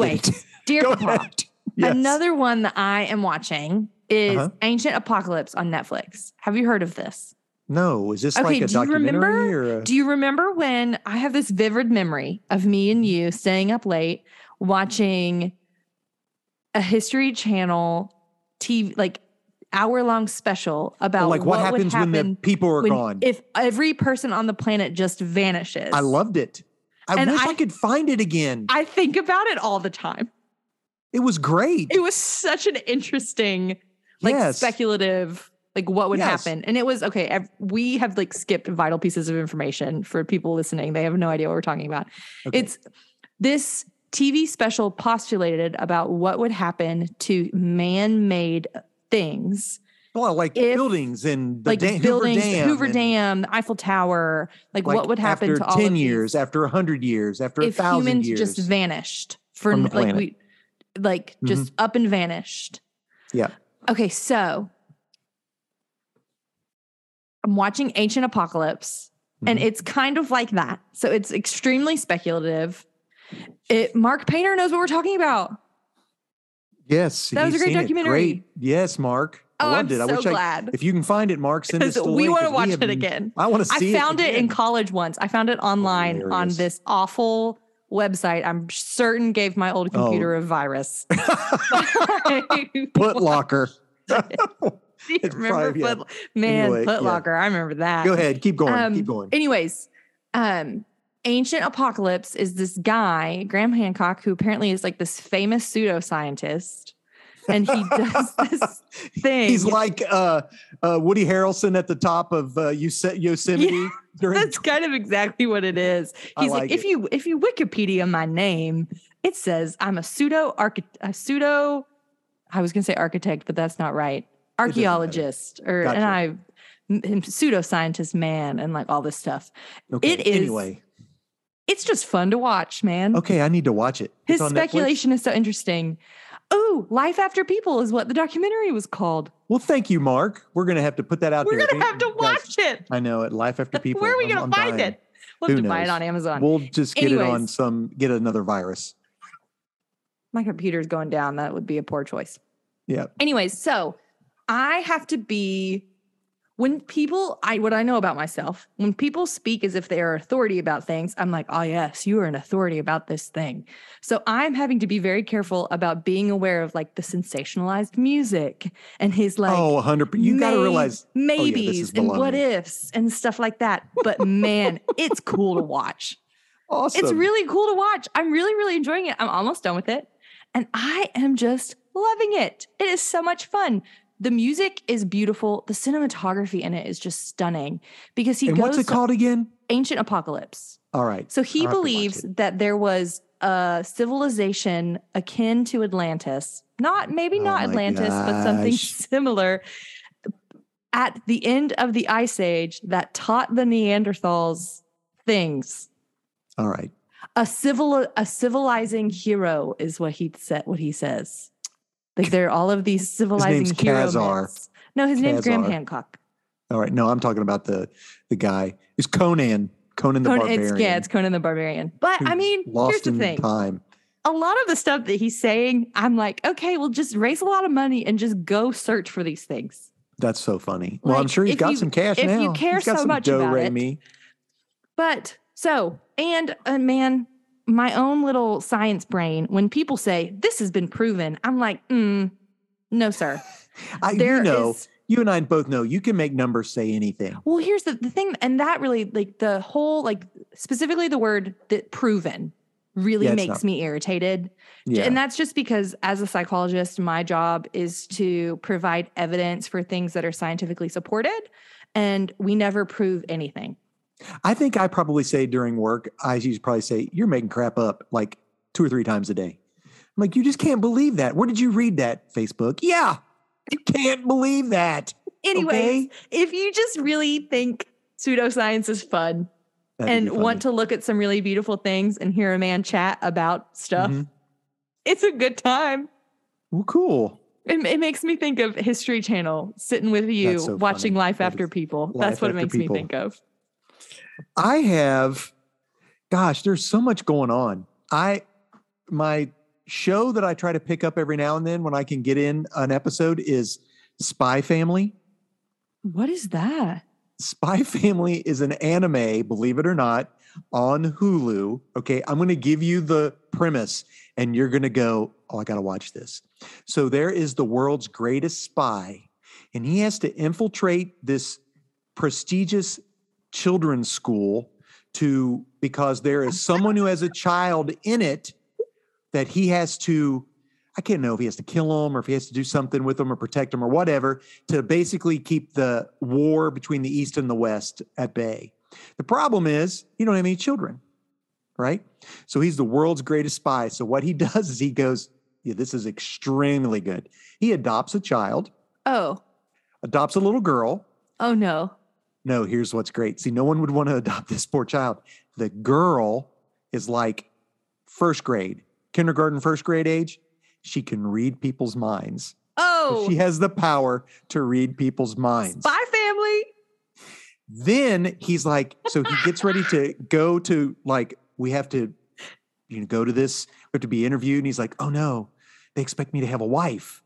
Anyway, it. Dear go Papa, ahead. Yes. Another one that I am watching is Uh-huh. Ancient Apocalypse on Netflix. Have you heard of this? No, is this Okay, like a do you remember- documentary or a, Do you remember when I have this vivid memory of me and you staying up late watching a History Channel TV, like hour long special or about like what, would happens when happen the people are when- gone? if every person on the planet just vanishes? I loved it. I And wish I, I- could find it again. I think about it all the time. it was great. It was such an interesting like yes. speculative like what would Yes. happen and it was okay ev- we have like skipped vital pieces of information for people listening they have no idea what we're talking about Okay. it's this tv special postulated about what would happen to man-made things well, like if- buildings and the like dam, buildings Hoover Dam, hoover and, dam the eiffel tower like, like, what would happen after to all ten of these years, after a hundred years, after a if thousand humans years? just vanished for From n- the like planet. Mm-hmm. we like just up and vanished. Yeah. Okay, so I'm watching Ancient Apocalypse and Mhm. it's kind of like that. So it's extremely speculative. It Mark Painter knows what we're talking about. yes, That was he's a great seen it. documentary. Yes, Mark. Oh, I I'm loved it. so I wish I, glad. if you can find it, Mark, send us Because the we link, want to 'cause watch have n- it again. I want to I see. found it, in again. college once. I found it online on Hilarious. this awful website. I'm certain gave my old Oh. computer a virus. Put Locker. Do you It's remember probably- yeah. Foot, man Anyway, Foot yeah. Locker? I remember that. Go ahead, keep going, Um, keep going. Anyways, um, Ancient Apocalypse is this guy Graham Hancock who apparently is like this famous pseudoscientist, and he does this thing. He's like uh, uh, Woody Harrelson at the top of uh, Yose- Yosemite during. that's kind of exactly what it is. I He's like, like if it. you if you Wikipedia my name, it says I'm a pseudo architect, a pseudo. I was gonna say architect, but that's not right. doesn't matter. Archaeologist, or Gotcha. and I, m- m- pseudoscientist man, and like all this stuff. okay, it is- anyway. It's just fun to watch, man. Okay, I need to watch it. His It's on Netflix? speculation is so interesting. Oh, Life After People is what the documentary was called. Well, thank you, Mark. We're gonna have to put that out We're there. gonna We- have to guys, watch it. I know it. Life after people. Where are we I'm- gonna I'm find dying. it? We'll have Who to buy it knows? on Amazon. We'll just get it on Anyways. some, get another virus. My computer's going down. That would be a poor choice. Yeah. Anyways, so I have to be when people I what I know about myself, when people speak as if they are authority about things, I'm like, "Oh yes, you are an authority about this thing." So I'm having to be very careful about being aware of like the sensationalized music and his like oh, 100 You got to may- realize oh, this maybes is and what baloney. ifs and stuff like that. But man, it's cool to watch. awesome. It's really cool to watch. I'm really, really enjoying it. I'm almost done with it. And I am just loving it. It is so much fun. The music is beautiful. The cinematography in it is just stunning because he And goes what's it called again? ancient apocalypse. All right. So he I'll have to watch believes that there was a civilization akin to Atlantis, not maybe Oh not my Atlantis, but something gosh. similar at the end of the ice age that taught the Neanderthals things All right. a civil a civilizing hero is what he said what he says like there are all of these civilizing name's hero Khazar. myths. no his name's graham Khazar. hancock All right. No, I'm talking about the the guy. It's Conan. Conan the conan, Barbarian. it's, yeah it's conan the barbarian but i who's mean lost here's the in thing time. a lot of the stuff that he's saying i'm like okay well just raise a lot of money and just go search for these things That's so funny. Well, I'm Like, sure he's if got you- some cash if you now. care he's got so some much dough, about Ray it. Me. but so and uh, man my own little science brain when people say this has been proven i'm like mm, no sir I, There is. you know, you and I both know you can make numbers say anything. Well, here's the, the thing, and that really like the whole like specifically the word that proven really Yeah, it's makes not- me irritated. Yeah. And that's just because as a psychologist, my job is to provide evidence for things that are scientifically supported, and we never prove anything. I think I probably say during work, I usually probably say, You're making crap up like two or three times a day. I'm like, You just can't believe that. Where did you read that? Facebook. Yeah. You can't believe that. Anyways, Okay. if you just really think pseudoscience is fun That'd be and want funny. to look at some really beautiful things and hear a man chat about stuff, Mhm. it's a good time. Well, cool. It, it makes me think of History Channel sitting with you, so watching funny. Life That After is People. Life That's what it After makes People. me think of. I have, gosh, there's so much going on. I, my show that I try to pick up every now and then when I can get in an episode is Spy Family. What is that? Spy Family is an anime, believe it or not, on Hulu. Okay, I'm going to give you the premise and you're going to go, oh, I got to watch this. So there is the world's greatest spy, and he has to infiltrate this prestigious children's school to because there is someone who has a child in it that he has to I can't know if he has to kill him or if he has to do something with him or protect him or whatever to basically keep the war between the East and the West at bay. The problem is you don't have any children, right? So he's the world's greatest spy. So what he does is he goes, yeah, this is extremely good. He adopts a child, Oh, adopts a little girl. oh no. No, here's what's great. See, no one would want to adopt this poor child. The girl is like first grade, kindergarten, first grade age. She can read people's minds. So Oh, She has the power to read people's minds. Spy Family. Then he's like, so he gets ready to go to like, we have to, you know, go to this, we have to be interviewed. And he's like, oh no, they expect me to have a wife.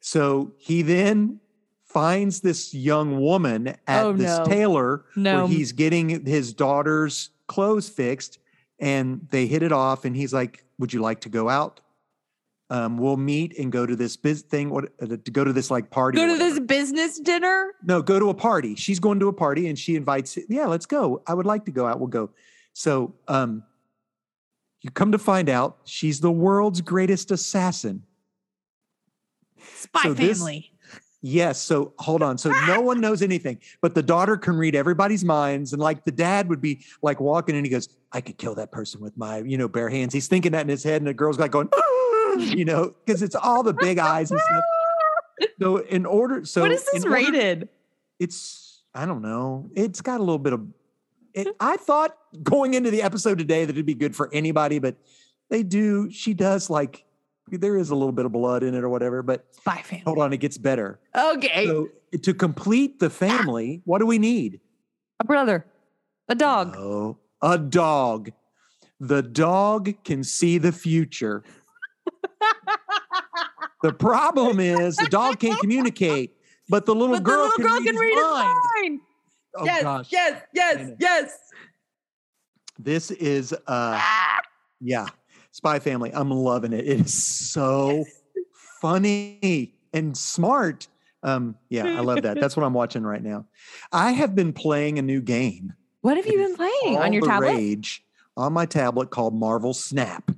So he then finds this young woman at Oh, this no. tailor No. where he's getting his daughter's clothes fixed and they hit it off and he's like would you like to go out um, we'll meet and go to this biz thing what uh, to go to this like party Go or to this whatever." business dinner. no go to a party she's going to a party and she invites yeah let's go i would like to go out we'll go so um you come to find out she's the world's greatest assassin Spy So this- Family. Yes. So hold on. So no one knows anything, but the daughter can read everybody's minds. And like the dad would be like walking and he goes, I could kill that person with my, you know, bare hands. He's thinking that in his head. And the girl's like going, you know, because it's all the big eyes and stuff. So in order, so what is this in order- rated? it's, I don't know. It's got a little bit of, it, I thought going into the episode today that it'd be good for anybody, but they do, she does like, there is a little bit of blood in it or whatever, but Spy Family. hold on, it gets better. Okay. So to complete the family, what do we need? a brother, a dog, No, a dog. The dog can see the future. the problem is the dog can't communicate, but the little but girl, the little can, girl read can his read his mind. mind. Oh yes, gosh, yes, I yes, know. yes. this is uh Ah, yeah, Spy Family. I'm loving it. It is so funny and smart. Um, yeah, I love that. That's what I'm watching right now. I have been playing a new game. What have you It been playing all on your the tablet? rage on my tablet called Marvel Snap.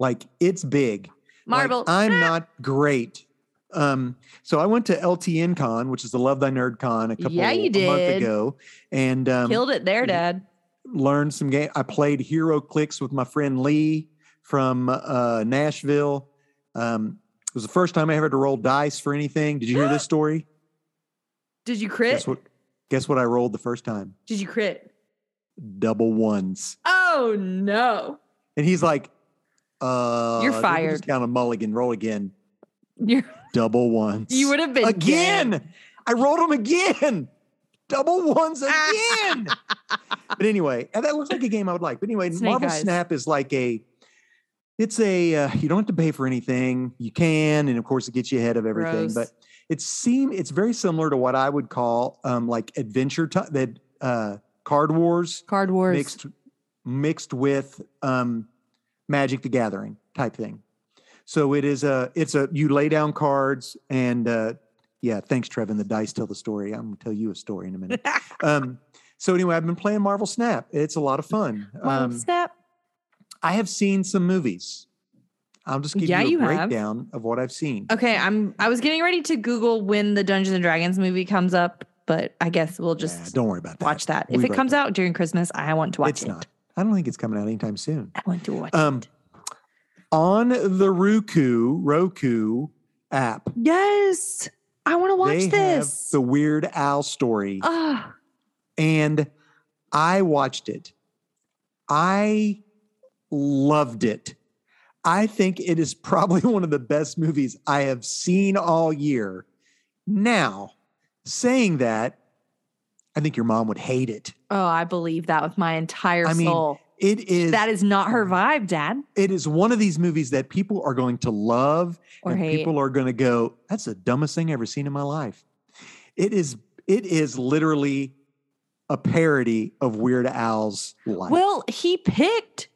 Like it's big. Like, Marvel. I'm not great. Um, so I went to LTN Con, which is the Love Thy Nerd Con, a couple Yeah, you a month did. ago, and um, killed it there, Dad. learned some game. I played Hero Clicks with my friend Lee from uh, Nashville. Um, it was the first time I ever had to roll dice for anything. Did you hear this story? Did you crit? Guess what? Guess what I rolled the first time? Did you crit? Double ones. Oh no. And he's like, uh, You're they can fired. Just count a mulligan. Roll again. You're, Double ones. you would have been again. dead. I rolled them again. Double ones again. but anyway, and that looks like a game I would like. But anyway, Snake Marvel Eyes. Snap is like a. It's a uh, you don't have to pay for anything. You can, and of course, it gets you ahead of everything. Gross. But it seem it's very similar to what I would call um, like adventure time that uh, Card Wars Card Wars. mixed mixed with um, Magic the Gathering type thing. So it is a it's a you lay down cards and uh, yeah, thanks Trevin. The dice tell the story. I'm gonna tell you a story in a minute. um, so anyway, I've been playing Marvel Snap. It's a lot of fun. Marvel Um, Snap. I have seen some movies. I'll just give Yeah, you a you have. breakdown of what I've seen. Okay, I'm. I was getting ready to Google when the Dungeons and Dragons movie comes up, but I guess we'll Nah, just don't worry about that. watch that. We If it wrote comes out during Christmas, I want to watch it's it. not. I don't think it's coming out anytime soon. I want to watch Um, it. on the Roku Roku app, Yes, I want to watch they this. Have the Weird Al story, Ah, and I watched it. I loved it. I think it is probably one of the best movies I have seen all year. Now, saying that, I think your mom would hate it. oh, I believe that with my entire I mean, soul. It is that is not her vibe, Dad. it is one of these movies that people are going to love Or and hate. people are going to go that's the dumbest thing i've ever seen in my life it is it is literally a parody of weird al's life Well, he picked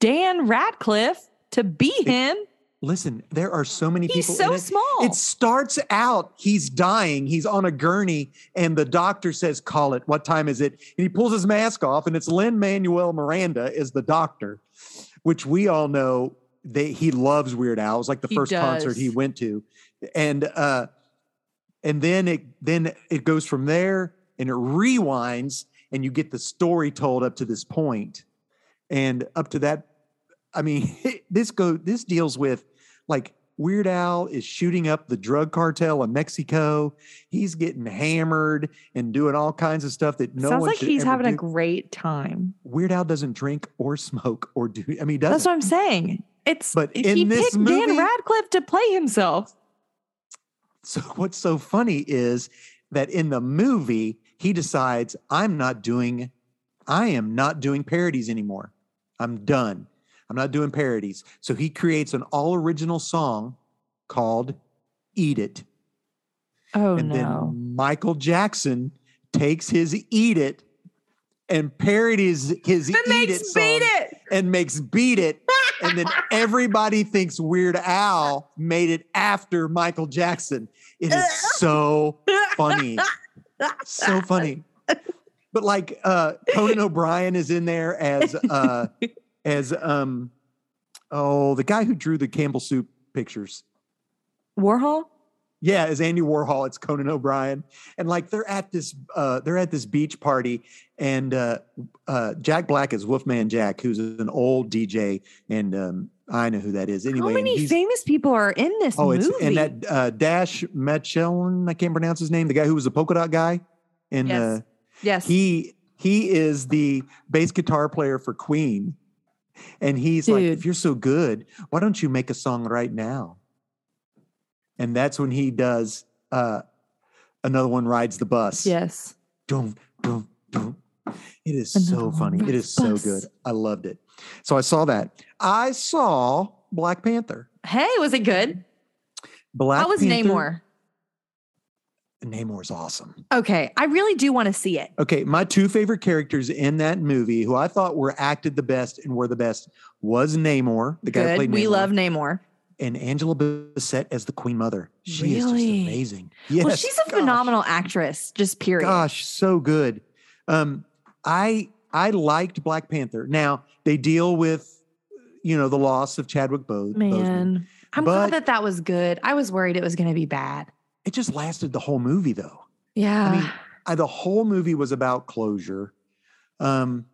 Dan Radcliffe to be him. listen there are so many He's people so in it. small. it starts out he's dying he's on a gurney and the doctor says call it what time is it and he pulls his mask off and it's lynn manuel miranda is the doctor which we all know that he loves weird al it was like the He first concert he does. went to and uh and then it then it goes from there and it rewinds and you get the story told up to this point and up to that i mean this go this deals with like weird al is shooting up the drug cartel in mexico he's getting hammered and doing all kinds of stuff that no Sounds one like should he's ever having a do. great time. weird al doesn't drink or smoke or do i mean he That's doesn't what I'm saying. It's But he in this picked Dan movie- Radcliffe to play himself. So what's so funny is that in the movie, he decides I'm not doing, I am not doing parodies anymore. I'm done. I'm not doing parodies. So he creates an all original song called "Eat It," Oh and no. then Michael Jackson takes his "Eat It" and parodies his "Eat It" song it. and makes "Beat It." and then everybody thinks Weird Al made it after Michael Jackson. It is so funny, so funny. But like uh, Conan O'Brien is in there as uh, as um oh the guy who drew the Campbell Soup pictures. Warhol? Yeah, as Andy Warhol, it's Conan O'Brien, and like they're at this uh, they're at this beach party, and uh, uh, Jack Black is Wolfman Jack, who's an old DJ, and um, I know who that is anyway. How and many he's- famous people are in this oh, movie? it's and that uh, Dash Machon, I can't pronounce his name, the guy who was the polka dot guy, and Yes. uh, yes. he he is the bass guitar player for Queen, and he's like, Dude. if you're so good, why don't you make a song right now? And that's when he does uh, another one rides the bus. yes. Dum, dum, dum, It is Another so one funny. It bites is so us. good. I loved it. So I saw that. I saw Black Panther. Hey, was it good? Black How was Panther. Namor? Namor's awesome. Okay, I really do want to see it. Okay, my two favorite characters in that movie, who I thought were acted the best and were the best, was Namor, the guy who Good. played We Namor, love Namor. and Angela Bassett as the Queen Mother. She is just Really? amazing. Yes, well, she's a gosh. phenomenal actress. Just period. Gosh, so good. Um, I I liked Black Panther. Now they deal with, you know, the loss of Chadwick Bo- Boseman. Man, I'm But- glad that that was good. I was worried it was going to be bad. It just lasted the whole movie, though. Yeah. mean, I, the whole movie was about closure. Um,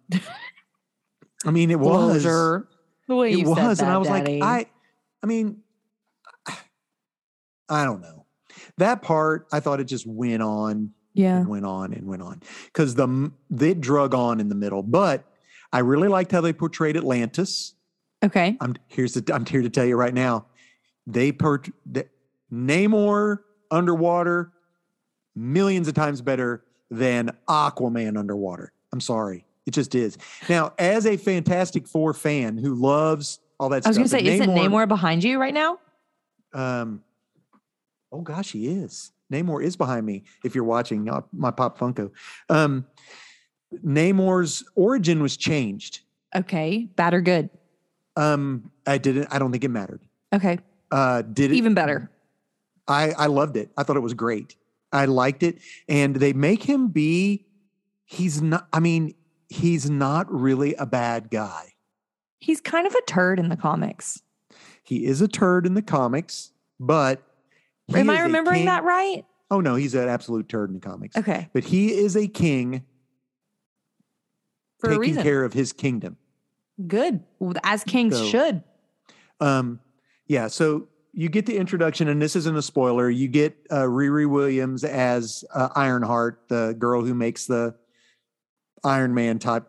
I mean, it was. Closure. The way It you said was, that, and I was Daddy. like, I, I mean, I don't know. That part, I thought it just went on yeah. and went on and went on because the m- it drug on in the middle. But I really liked how they portrayed Atlantis. Okay. I'm here's the I'm here to tell you right now, they port the, Namor underwater millions of times better than Aquaman underwater. I'm sorry, it just is. Now, as a Fantastic Four fan who loves all that I stuff, was going to say, and isn't Namor behind you right now? um, oh gosh, he is. Namor is behind me. If you're watching uh, my Pop Funko, um, Namor's origin was changed. Okay. Bad or good? Um, I didn't. I don't think it mattered. Okay. Uh, did it, Even better. I I loved it. I thought it was great. I liked it, and they make him be. He's not. I mean, he's not really a bad guy. He's kind of a turd in the comics. He is a turd in the comics, but he Am is I a remembering king- that right? Oh no, he's an absolute turd in the comics. Okay. But he is a king For a taking reason. care of his kingdom. Good. As kings So- should. Um, yeah, so you get the introduction, and this isn't a spoiler. You get uh, Riri Williams as uh, Ironheart, the girl who makes the Iron Man type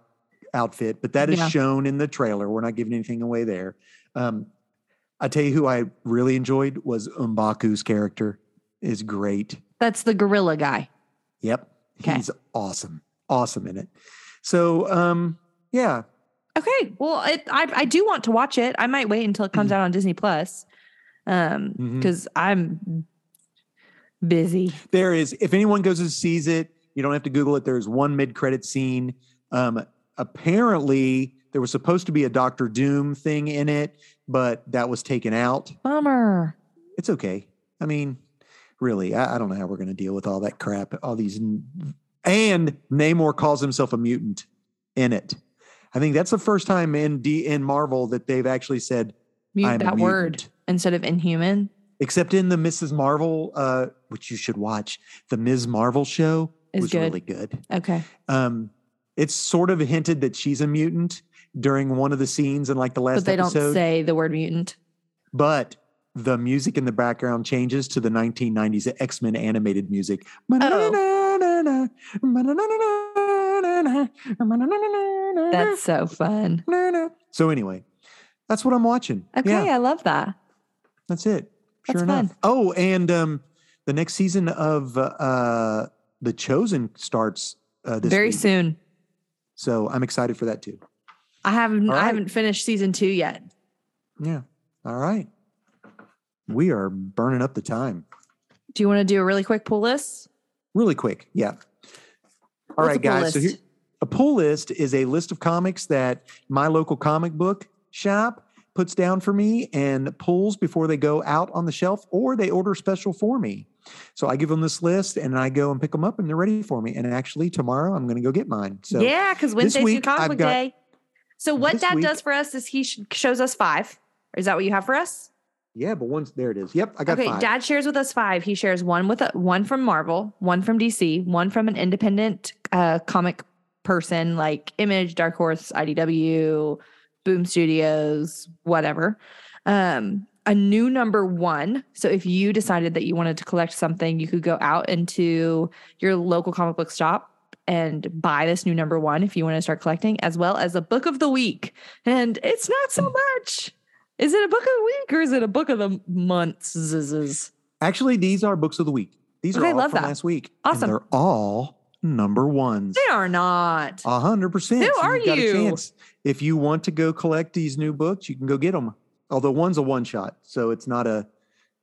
outfit, but that is Yeah. shown in the trailer. We're not giving anything away there. Um, I tell you who I really enjoyed was Umbaku's character is great. That's the gorilla guy. Yep, Okay. he's awesome, awesome in it. So um, yeah, Okay. Well, it, I I do want to watch it. I might wait until it Mm-hmm. comes out on Disney Plus, um, Mhm. because I'm busy. There is, if anyone goes and sees it, you don't have to Google it. There's one mid credit scene. Um, apparently, there was supposed to be a Doctor Doom thing in it, but that was taken out. Bummer. It's okay. I mean, really, I, I don't know how we're going to deal with all that crap. All these, n- and Namor calls himself a mutant in it. I think that's the first time in D in Marvel that they've actually said Mute I'm a that word mutant. instead of inhuman. except in the Mrs. Marvel, uh, which you should watch. The Ms. Marvel show Is was good. really good. Okay. um it's sort of hinted that she's a mutant during one of the scenes in like the last but they episode don't say the word mutant. but the music in the background changes to the 1990s x-men animated music Oh. That's so fun. so anyway that's what i'm watching Okay, yeah I love that. that's it sure That's enough fun. oh and um the next season of uh the chosen starts uh this Very week. soon. so i'm excited for that too I haven't All right. I haven't finished season two yet. Yeah. All right. We are burning up the time Do you want to do a really quick pull list? really quick. Yeah. All What's right, a pull guys. So list? here, a pull list is a list of comics that my local comic book shop puts down for me and pulls before they go out on the shelf or they order special for me. So I give them this list and I go and pick them up and they're ready for me. And actually, tomorrow I'm going to go get mine. So yeah, because Wednesday's new week I've comic book got- day. So what this Dad week- does for us is he sh- shows us five. Is that what you have for us? yeah, but once there it is. Yep, I got okay, five. Dad shares with us five. He shares one with a, one from Marvel, one from DC, one from an independent uh, comic person like Image, Dark Horse, IDW, Boom Studios, whatever. Um, a new number one. So if you decided that you wanted to collect something, you could go out into your local comic book shop and buy this new number one if you want to start collecting, as well as a book of the week. And it's not so Hmm. much. Is it a book of the week or is it a book of the months? Actually, these are books of the week. These are Okay, all love from that. last week. and Awesome. they're all number ones. They are not. A hundred percent. Who So are you've got a you? chance. If you want to go collect these new books, you can go get them. Although one's a one shot, so it's not a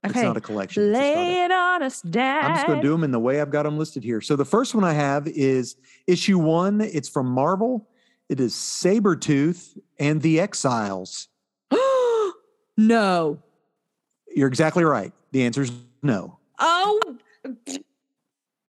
it's Okay. not a collection. It's just not a- Lay it on us, Dad. I'm just going to do them in the way I've got them listed here. So the first one I have is issue one. It's from Marvel. It is Sabretooth and the Exiles. do. no. You're exactly right. The answer is no. Oh,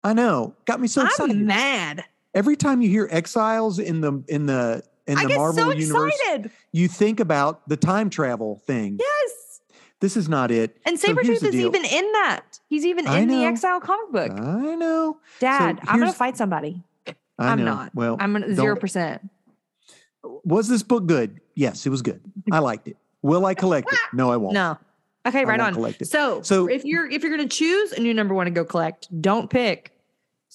I know. Got me so excited. I'm mad. Every time you hear Exiles in the in the in I the get Marvel so universe, excited. you think about the time travel thing. Yes. This is not it. And So here's Sabretooth the is deal. even in that. He's even I in the know. Exile comic book. I know. Dad, I'm going here's- to fight somebody. I I'm know. not. Well, I'm gonna don't- 0%. was this book good? Yes, it was good. I liked it. Will I collect it? No, I won't. No. I Okay, right won't on. Collect it. So, So- if you're if you're gonna choose a new number one to go collect, don't pick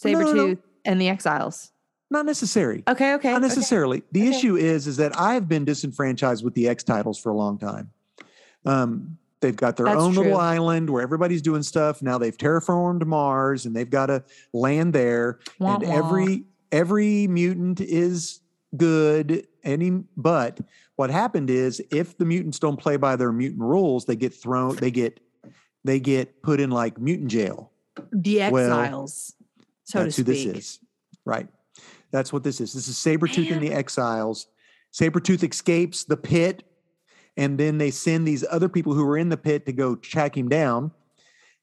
No, no, Sabretooth no. and the Exiles. Not necessary. Okay, okay. Not okay. necessarily. The Okay. issue is is that I've been disenfranchised with the X titles for a long time. Um, they've got their That's own little true. island where everybody's doing stuff. Now they've terraformed Mars and they've got to land there. Wah, and wah. every every mutant is good. Any but what happened is if the mutants don't play by their mutant rules, they get thrown. They get they get put in like mutant jail. the well, Exiles, so That's to who speak. this is. Right. That's what this is. This is Sabretooth and the Exiles. Sabretooth escapes the pit, and then they send these other people who were in the pit to go track him down.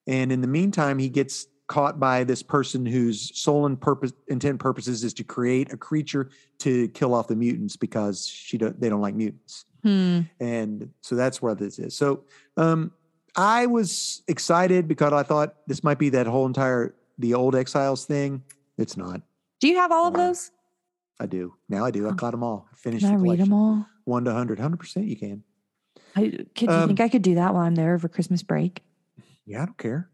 And in the meantime, he gets caught by this person whose sole and purpose intent purposes is to create a creature to kill off the mutants because she don't, they don't like mutants Hmm. and so that's where this is. So um, I was excited because I thought this might be that whole entire the old Exiles thing. It's not. Do you have all of Wow. those? I do now. I do. I Oh. caught them all. I finished Can I the read collection. them all? One to hundred. Hundred percent. You can. I, could Um, you think I could do that while I'm there over Christmas break? Yeah, I don't care.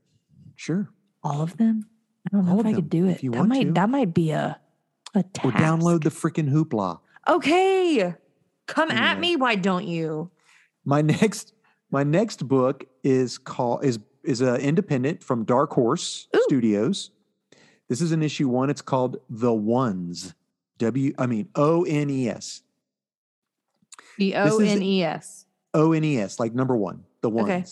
Sure. All of them? I don't know all if of I could them, do if it. you that want might to. that might be a a task. Or download the freaking hoopla. Okay. Come at Anyway. me. Why don't you? My next my next book is called is is a independent from Dark Horse Ooh. Studios. This is an issue one. It's called The Ones. W I mean O N E S. The This O is- N E S. O N E S, like number one, the ones. Okay.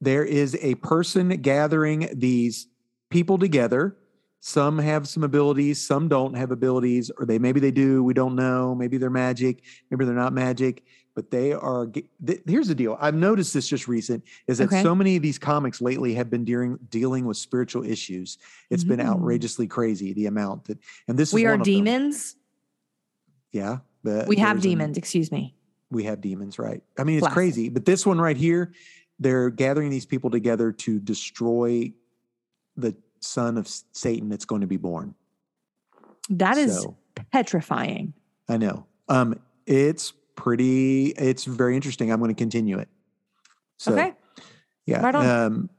There is a person gathering these people together. Some have some abilities, some don't have abilities, or they maybe they do. We don't know. Maybe they're magic. Maybe they're not magic. But they are. ge- th- here's the deal. I've noticed this just recent is that Okay. so many of these comics lately have been dealing dealing with spiritual issues. It's been Mm. outrageously crazy the amount that, and this We is are one of them. demons. Yeah, but We have there's an- demons, excuse me. we have demons, right? I mean, it's Classic. crazy. But this one right here, they're gathering these people together to destroy the son of S- Satan that's going to be born. That is So, petrifying. I know. Um, it's pretty. It's very interesting. I'm going to continue it. So, okay. Yeah. right on. Um,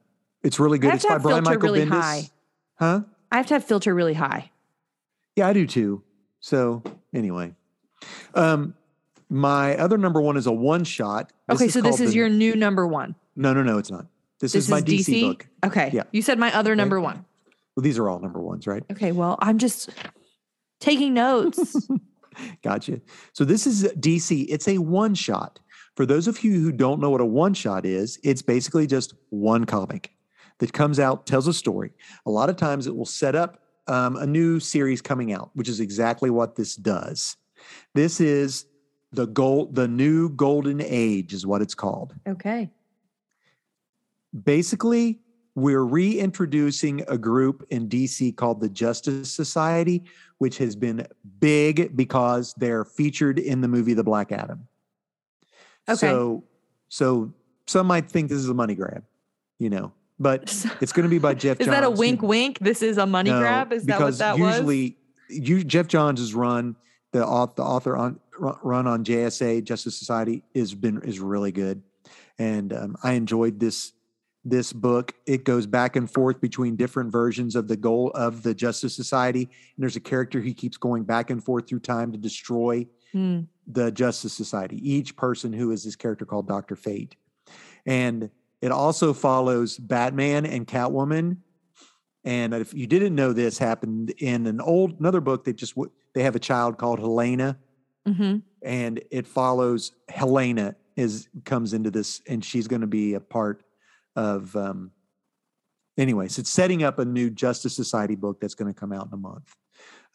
it's really good. have It's to by have Brian filter Michael really Bendis. high. Huh? I have to have filter really high. Yeah, I do too. So anyway, um, my other number one is a one shot. Okay, so this called is the- your new number one. No, no, no. It's not. This, This is my is DC, DC? book. Okay. Yeah. You said my other Okay. number one. Well, these are all number ones, right? Okay, well, I'm just taking notes. Gotcha. So this is DC. It's a one shot. For those of you who don't know what a one shot is, it's basically just one comic that comes out, tells a story. A lot of times it will set up um, a new series coming out, which is exactly what this does. This is the gold, the new golden age is what it's called. okay. Basically, we're reintroducing a group in DC called the Justice Society, which has been big because they're featured in the movie The Black Adam. Okay. So, so some might think this is a money grab, you know, but it's going to be by Jeff. Is that a Johns, who- wink wink? This is a money No, grab? Is that what because that was? usually, you, Jeff Johns' run, the author, the author on ru- run on JSA Justice Society is been is really good, and um, I enjoyed this this book. It goes back and forth between different versions of the goal of the Justice Society, and there's a character who keeps going back and forth through time to destroy Hmm. the Justice Society, each person who is this character called Dr. Fate. And it also follows Batman and Catwoman And if you didn't know this happened in an old another book that just w- they have a child called Helena hmm and it follows Helena is comes into this and she's going to be a part of um anyways, it's setting up a new Justice Society book that's going to come out in a month.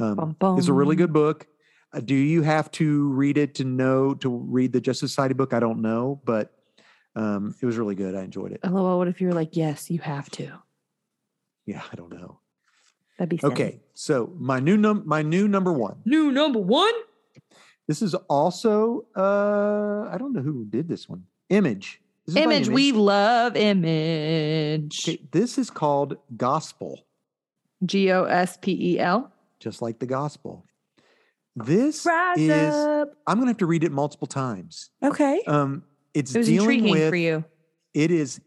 Um, Bum, it's a really bum. good book. Uh, do you have to read it to know to read the Justice Society book? I don't know, but um, it was really good. I enjoyed it. LOL. What if you were like, yes, you have to? Yeah, I don't know. That'd be silly. Okay, so my new num my new number one. New number one. This is also uh, I don't know who did this one. Image. This is by Image. We love image. Okay, this is called gospel, G O S P E L. just like the gospel. This Rise is up. I'm gonna have to read it multiple times. Okay. Um, it's It was dealing intriguing with for you. it is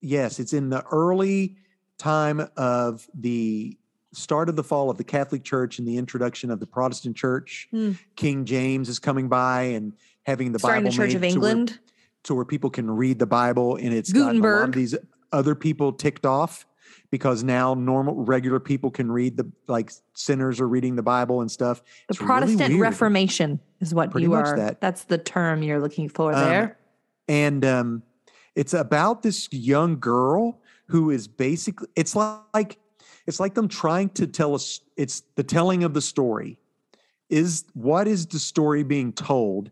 yes it's in the early time of the start of the fall of the catholic church and the introduction of the protestant church Hmm. king james is coming by and having the Starting bible the Church made of to where- England. to where people can read the bible and it's gotten a lot of Gutenberg. these other people ticked off because now normal regular people can read the like sinners are reading the bible and stuff The It's really Protestant weird. Reformation is what Pretty you much are. that. That's the term you're looking for Um, there. and um, it's about this young girl who is basically it's like it's like them trying to tell us it's the telling of the story is what is the story being told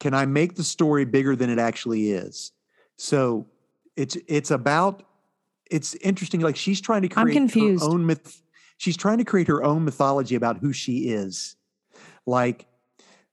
can i make the story bigger than it actually is so it's it's about it's interesting like she's trying to I'm create confused. her own myth she's trying to create her own mythology about who she is like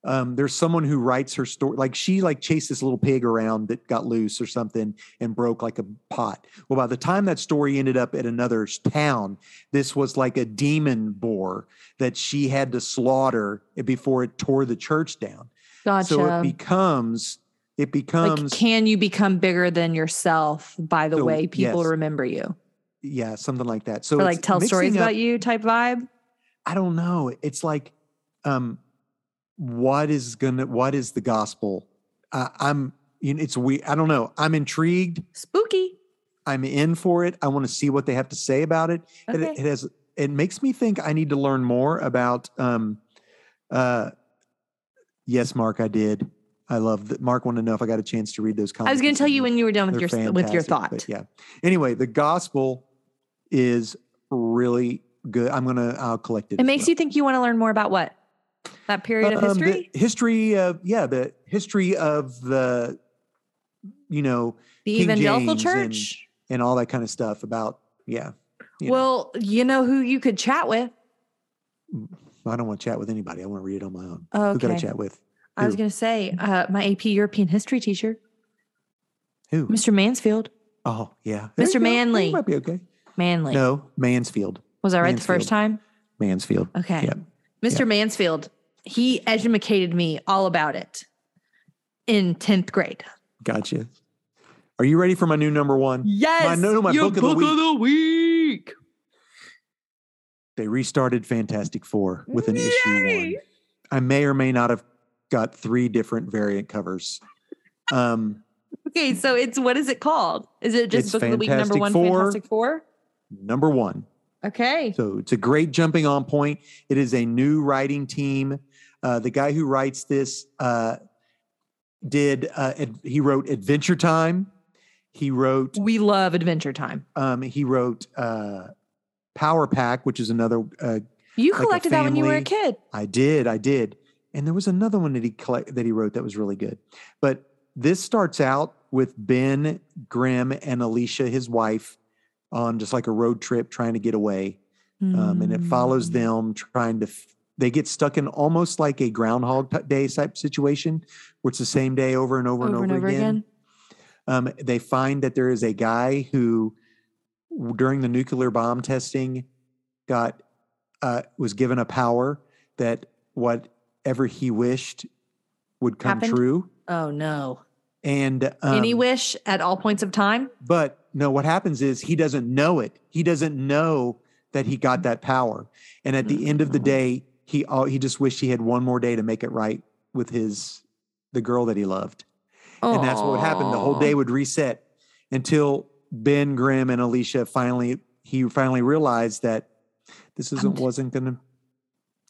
um, there's someone who writes her story like she like chased this little pig around that got loose or something and broke like a pot well by the time that story ended up at another s- town this was like a demon boar that she had to slaughter before it tore the church down Gotcha. so it becomes it like, becomes can you become bigger than yourself by the So, way people yes. remember you? yeah something like that so or it's like tell stories mixing up- about you type vibe? I don't know. It's like, um, what is gonna, what is the gospel? Uh, I'm, you know, it's we. I don't know. I'm intrigued. Spooky. I'm in for it. I want to see what they have to say about it. It- Okay. It, has. It makes me think I need to learn more about. Um, uh, yes, Mark, I did. I love that. Mark wanted to know if I got a chance to read those comments. I was going to tell you when you were done with They're your with your fantastic, thought. but Yeah. Anyway, the gospel is really good. I'm gonna. I'll collect it. It as makes well. you think you want to learn more about what? That period of Um, the history? history of yeah, the history of the you know The, King evangelical James and- church? and all that kind of stuff about yeah. you know. well, you know who you could chat with? I don't want to chat with anybody. I want to read it on my own. Who Okay. got to chat with? I was Who? going to say uh, my AP European history teacher, Who? Mr. Mansfield. Oh yeah, There Mr. you go. Manley. You might be okay. Manley. No, Mansfield. was I right the first Mansfield. time? Mansfield. Okay. Yep. Mr. Mansfield, he educated me all about it in 10th grade. Gotcha. Are you ready for my new number one? Yes. no, no, my your book of the week. week. They restarted Fantastic Four with an issue one. Yay! I may or may not have got three different variant covers. Um. Okay, so it's what is it called? Is it just It's book of the week number Fantastic one, Four. Fantastic Four? number one. Okay. So it's a great jumping on point. It is a new writing team. Uh, the guy who writes this uh, did uh, ad- he wrote Adventure Time. He wrote We love Adventure Time. um, he wrote uh, Power Pack, which is another. Uh, You Like a collected that when you were a family- kid. I did, I did, and there was another one that he collect- that he wrote that was really good. But this starts out with Ben Grimm and Alicia, his wife, on just like a road trip trying to get away. um, and it follows Mm. them trying to. f- They get stuck in almost like a Groundhog T- Day type situation, where it's the same day over and over, and, over again. Um, they find that there is a guy who, w- during the nuclear bomb testing, got uh, was given a power that whatever he wished would come Happened? true. Oh no. And um, Any wish at all points of time? But no, what happens is he doesn't know it. He doesn't know that he got that power. And at the end of the Mm. day, he all he just wished he had one more day to make it right with his the girl that he loved. And that's what happened. The whole Aw. day would reset until Ben Grimm and Alicia finally he finally realized that this isn't I'm- wasn't gonna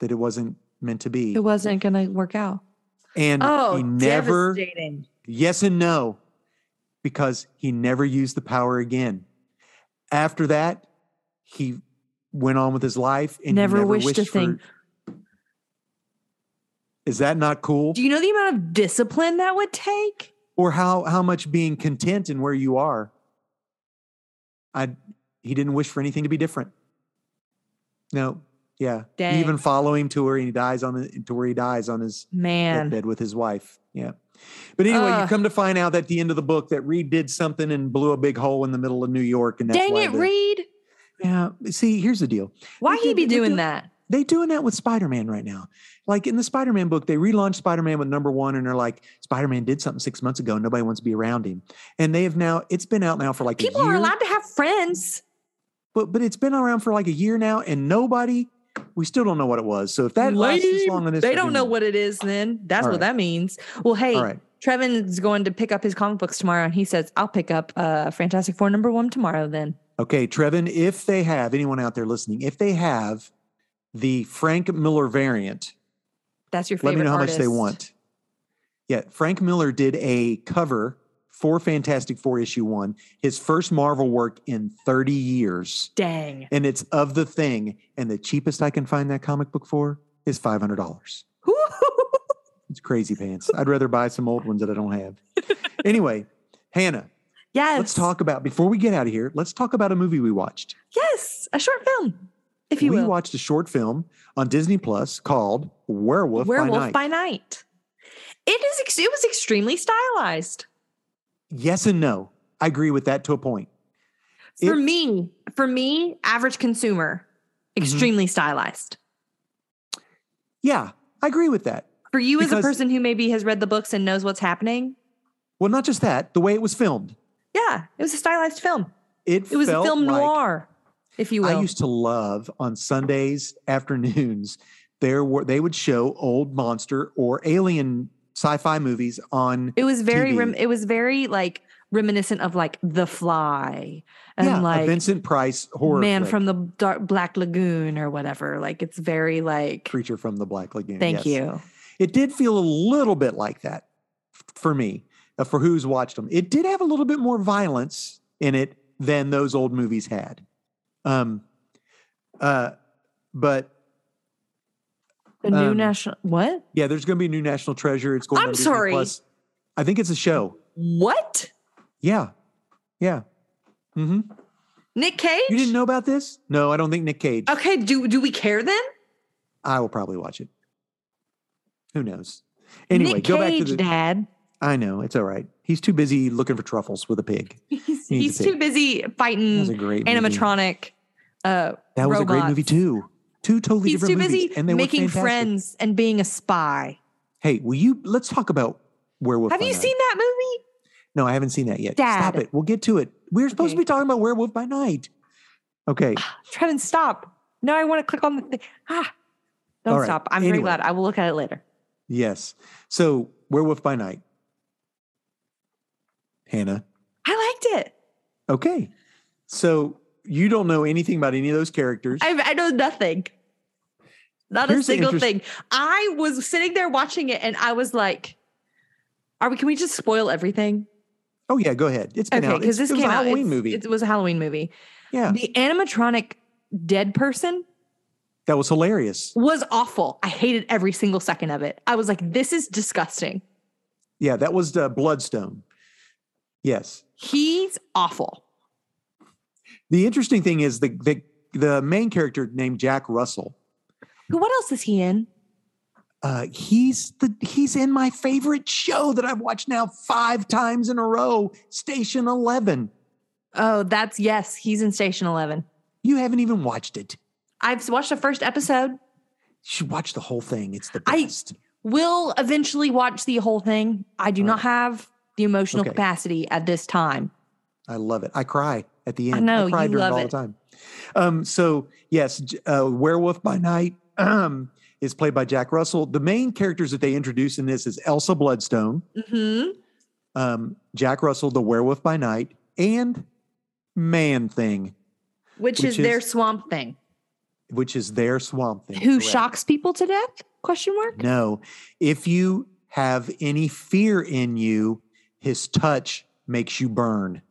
that it wasn't meant to be. It wasn't going to work out. And Oh, he never devastating. yes and no, because he never used the power again. After that, he went on with his life and he Never never wished a for- thing. Is that not cool? Do you know the amount of discipline that would take? or how how much being content in where you are i he didn't wish for anything to be different no yeah you even Dang. follow him to where he dies on the, to where he dies on his Man. deathbed with his wife yeah but anyway you Ugh. come to find out at the end of the book that reed did something and blew a big hole in the middle of new york and that's Dang why it, the- Reed. yeah see here's the deal Why They he did- be they doing did- that? they doing that with spider-man right now like in the spider-man book they relaunched spider-man with number one and they're like spider-man did something six months ago nobody wants to be around him and they have now it's been out now for like People a year are allowed to have friends. but but it's been around for like a year now and nobody we still don't know what it was so if that lasts this Lame. long in this They don't know review- what it is then. That's All right. what that means. Well, hey, all right Trevin's going to pick up his comic books tomorrow, and he says, I'll pick up uh, Fantastic Four number one tomorrow then. okay trevin if they have anyone out there listening if they have the frank miller variant That's your let favorite me know how artist. much they want. Yeah, Frank Miller did a cover for Fantastic Four issue one, his first Marvel work in 30 years. Dang. And it's of the thing. And the cheapest I can find that comic book for is $500. It's crazy pants. I'd rather buy some old ones that I don't have. Anyway, Hannah, yes. let's talk about, before we get out of here, let's talk about a movie we watched. Yes, a short film, if you we will. watched a short film on Disney Plus called Werewolf, by Night. by Night. It is. ex- It was extremely stylized yes and no. I agree with that to a point. for It- me. For me, average consumer, Mhm. extremely stylized. Yeah, I agree with that. For you, as a Because- person who maybe has read the books and knows what's happening, Well, not just that, the way it was filmed. yeah, it was a stylized film. It, It was a felt film like- noir, if you will. I used to love on Sundays afternoons, there were they would show old monster or alien sci-fi movies on it was very. Rem- TV. it was very like reminiscent of like The Fly and yeah, a like Vincent Price horror Man flick, from the Dark Black Lagoon or whatever. Like it's very like. Creature from the Black Lagoon. yes. Thank you. It did feel a little bit like that f- for me, uh, for who's watched them. It did have a little bit more violence in it than those old movies had. Um, uh, but The new Um, national what? Yeah, there's going to be a new National Treasure. It's going. I'm on Disney sorry. Plus. I think it's a show. What? Yeah, yeah. hmm Nick Cage? You didn't know about this? No, I don't think Nick Cage. Okay, do do we care then? I will probably watch it. Who knows? Anyway, Nick go Cage, back to the. Dad. I know it's all right. He's too busy looking for truffles with a pig. He's, He needs he's a pig. too busy That was fighting a great Movie. animatronic. Uh, That was a great movie Mm. robots. too. Two totally he's too different busy movies, and they were making fantastic. friends and being a spy. Hey, will you? Let's talk about Werewolf. Have by you Night. seen that movie? No, I haven't seen that yet. Stop Dad. it. We'll get to it. We're supposed to Okay. be talking about Werewolf by Night. Okay. Trevin, stop. No, I want to click on the thing. Ah, don't All right, stop. I'm very anyway. glad. I will look at it later. Yes. So, Werewolf by Night. Hannah. I liked it. Okay. So, you don't know anything about any of those characters. I, I know nothing. Not Here's a the single interest- thing. I was sitting there watching it and I was like, are we, can we just spoil everything? oh, yeah. Go ahead. It's been Okay, out. It's, because this it was came a out. Halloween it's- movie. It was a Halloween movie. yeah. The animatronic dead person That was hilarious. was awful. I hated every single second of it. I was like, this is disgusting. Yeah. That was the Bloodstone. Yes. He's awful. The interesting thing is the, the, the main character named Jack Russell. Who? What else is he in? Uh, he's the he's in my favorite show that I've watched now five times in a row, Station Eleven. Oh, that's yes. He's in Station Eleven. You haven't even watched it. I've watched the first episode. You should watch the whole thing. It's the I- best. Will eventually watch the whole thing. I do All not right. have the emotional Okay. capacity at this time. I, love it. I cry at the I end. know, cry you during love all it. the time. Um, so yes, J- uh, Werewolf by Night um, is played by Jack Russell. The main characters that they introduce in this is Elsa Bloodstone, Mm-hmm. hmm um, Jack Russell, the Werewolf by Night, and Man Thing. which, is, Which is- their swamp thing. which is their swamp thing. Who correct? shocks people to death? Question mark. No. If you have any fear in you, his touch makes you burn.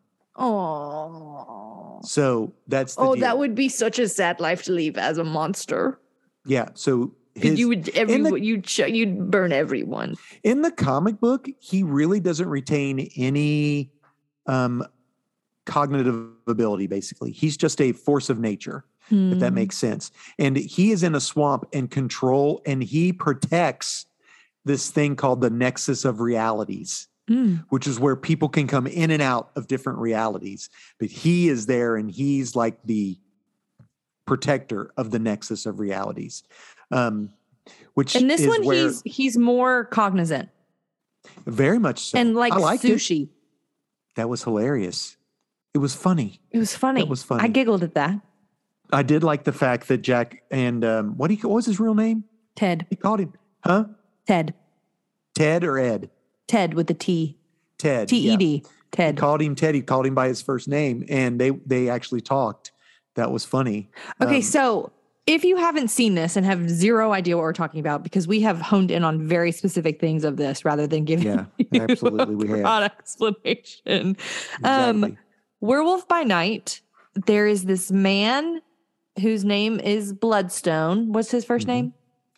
Oh. So that's the Oh, deal. that would be such a sad life to leave as a monster. yeah. So his, you would every, in the- you'd ch- you'd burn everyone. in the comic book, he really doesn't retain any um, cognitive ability. Basically, he's just a force of nature. if that Hmm. makes sense. And he is in a swamp and control, and he protects this thing called the nexus of realities, Hmm. which is where people can come in and out of different realities. But he is there, and he's like the protector of the nexus of realities. Um, which And this is one, where- he's he's more cognizant very much so. and like I liked it. sushi. It. That was hilarious. It was funny. was funny. That was I funny. giggled at that. I did like the fact that Jack and um, what he what was his real name? Ted, He called him, huh? Ted, Ted or Ed? Ted with the T, Ted. T yeah. E D, He Ted. called him Ted. He called him by his first name, and they they actually talked. That was funny. Okay, Um, so if you haven't seen this and have zero idea what we're talking about, because we have honed in on very specific things of this rather than giving Yeah, you absolutely, a we have. broad explanation. Um, exactly. Werewolf by Night, there is this man whose name is Bloodstone. What's his 1st Mhm. name?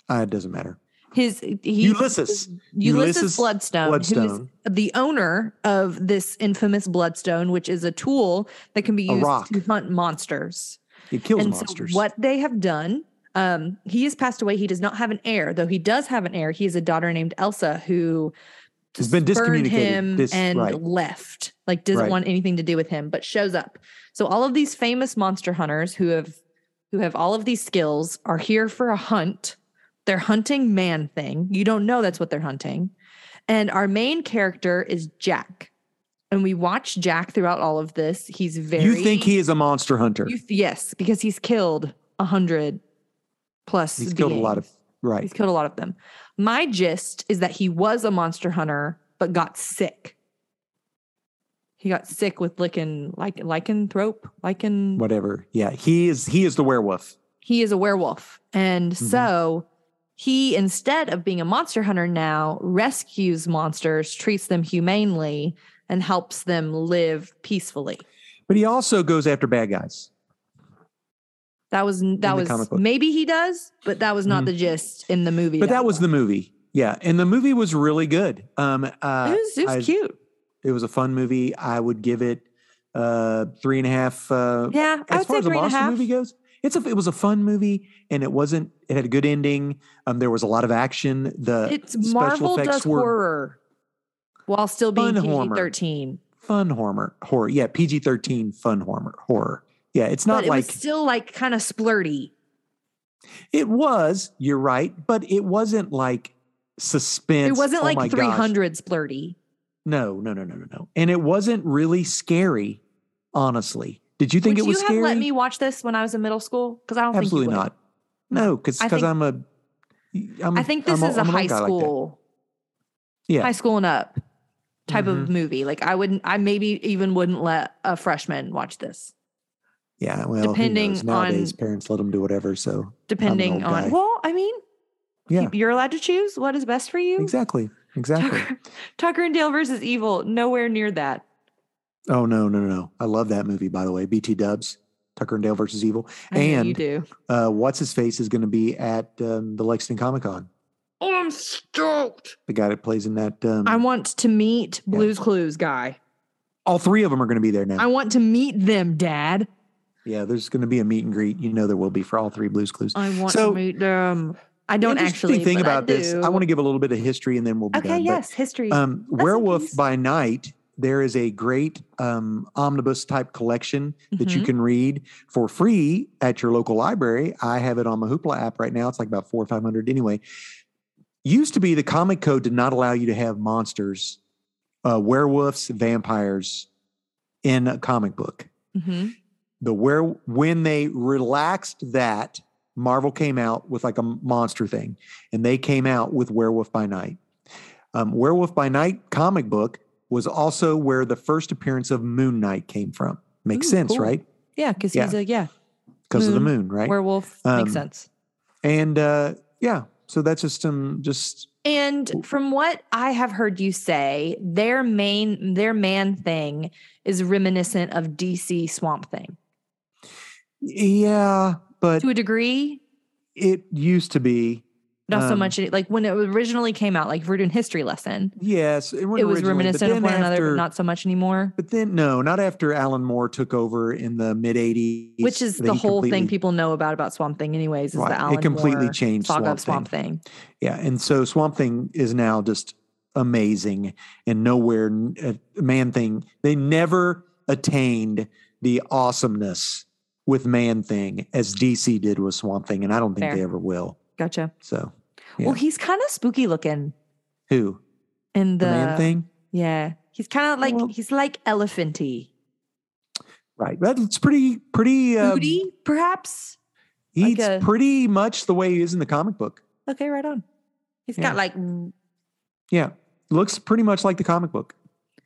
Ah, it doesn't matter. His he, Ulysses. Ulysses, Ulysses Bloodstone, who Bloodstone, is the owner of this infamous Bloodstone, which is a tool that can be A used rock. to hunt monsters. it kills and monsters. so what they have done, um, he has passed away. He does not have an heir, though he does have an heir. He has a daughter named Elsa who Has been spurned discommunicated. him Dis- and right. left. Like doesn't Right. want anything to do with him, but shows up. So all of these famous monster hunters who have who have all of these skills are here for a hunt. They're hunting man thing. You don't know that's what they're hunting. And our main character is Jack. And we watch Jack throughout all of this. He's very you think he is a monster hunter? you th- yes, because he's killed a hundred plus. He's killed a lot of beings. right. He's killed a lot of them. My gist is that he was a monster hunter, but got sick. He got sick with lichen, lichen, lycanthrope, lichen. Whatever. Yeah, he is. He is the werewolf. He is a werewolf, and Mhm. so he, instead of being a monster hunter, now rescues monsters, treats them humanely, and helps them live peacefully. But he also goes after bad guys. That was that the was comic book. maybe he does, but that was not Mhm. the gist in the movie. But that was I the movie. Yeah, and the movie was really good. Um, watched. uh, it was, it was I- cute. it was a fun movie. I would give it uh, three and a half uh, Yeah, I as would far say as a three and a monster half. movie goes, it's a it was a fun movie and it wasn't it had a good ending. Um, there was a lot of action. The It's uh, special Marvel effects does were horror while still being Fun horror. PG thirteen. fun horror, horror, yeah, PG thirteen fun horror, horror. Yeah, it's But not it like was still like kind of splurty. it was. You're right, but it wasn't like suspense. It wasn't "Oh my like gosh." three hundred splurty. No, no, no, no, no, no. And it wasn't really scary. Honestly, did you think would it was you have scary? let me watch this when I was in middle school? Because I don't Absolutely think you would. not. No, because I think- I'm a. I'm, I think this I'm is I'm a an high old guy like that. school, yeah, high school and up type Mhm. of movie. Like I wouldn't, I maybe even wouldn't let a freshman watch this. Yeah, well, who depending knows? nowadays on- parents let them do whatever. So Depending old on, guy. well, I mean, yeah, You're allowed to choose what is best for you. exactly, exactly. Tucker, Tucker and Dale versus Evil, nowhere near that. Oh no, no, no! I love that movie. By the way, BT Dubs, Tucker and Dale versus Evil, I know you and do. uh, what's his face is going to be at um, the Lexington Comic Con. Oh, I'm stoked. The guy that plays in that. Um, I want to meet Yeah. Blue's Clues guy. all three of them are going to be there now. I want to meet them, Dad. yeah, there's going to be a meet and greet. You know, there will be for all three Blues Clues. I want So- to meet them. I don't Interesting actually thing but about I this. I do. want to give a little bit of history, and then we'll be Okay, done. but- yes, history. Um, in Werewolf peace. by Night. There is a great um, omnibus type collection that you Mhm. can read for free at your local library. I have it on my Hoopla app right now. It's like about four or five hundred anyway. Used to be the comic code did not allow you to have monsters, uh, werewolves, vampires in a comic book. Mhm. The where when they relaxed that, Marvel came out with like a monster thing, and they came out with Werewolf by Night. Um, Werewolf by Night comic book was also where the first appearance of Moon Knight came from. Makes Ooh, sense, cool. right? Yeah, because Yeah. he's a yeah. because of the Moon. moon, right? Werewolf Um, makes sense. and uh, yeah, so that's just um, just And from what I have heard you say, their main their man thing is reminiscent of DC Swamp Thing yeah, but to a degree, it used to be not so Um, much. Like when it originally came out, like if we're doing history lesson, yes, it, it was reminiscent of one another, After, but not so much anymore. but then no, not after Alan Moore took over in the mid '80s, Which is that the he whole thing completely- people know about about Swamp Thing, anyways. Is Right, the it Alan completely Moore changed saga Swamp of Swamp Thing. Yeah, and so Swamp Thing is now just amazing and nowhere n- uh, Man Thing. They never attained the awesomeness with Man Thing as DC did with Swamp Thing, and I don't think Fair. they ever will. Gotcha. So Yeah. Well, he's kind of spooky looking who in the, the, Man Thing? yeah. He's kind of like Well- he's like elephanty, Right. That's pretty pretty. Um, booty perhaps. he's like a- pretty much the way he is in the comic book. Okay, right on. He's Yeah. got like mm, Yeah, looks pretty much like the comic book.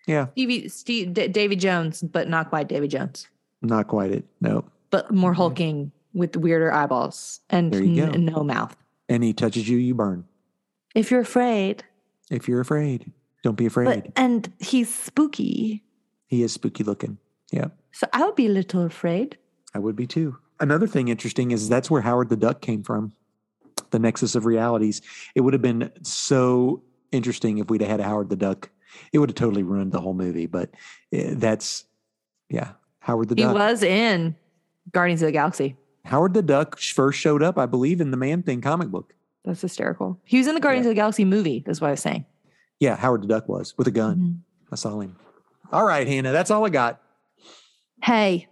Yeah, Stevie, Steve, D- Davy Jones, but not quite Davy Jones, not quite it. No. but more Mhm. hulking with weirder eyeballs and There you n- no mouth. And he touches you, you burn. If you're afraid, If you're afraid, don't be afraid. but and he's spooky, He is spooky looking. Yeah, so I would be a little afraid. I would be too. Another thing interesting is that's where Howard the Duck came from, the nexus of realities. It would have been so interesting if we'd have had Howard the Duck. It would have totally ruined the whole movie, but eh, that's, yeah, Howard the He Duck. was in Guardians of the Galaxy. Howard the Duck sh- first showed up, I believe, in the Man Thing comic book. That's hysterical. He was in the Guardians of the Galaxy movie. That's what I was saying. Yeah, Howard the Duck was with a gun. Mhm. I saw him. All right, Hannah, that's all I got. Hey,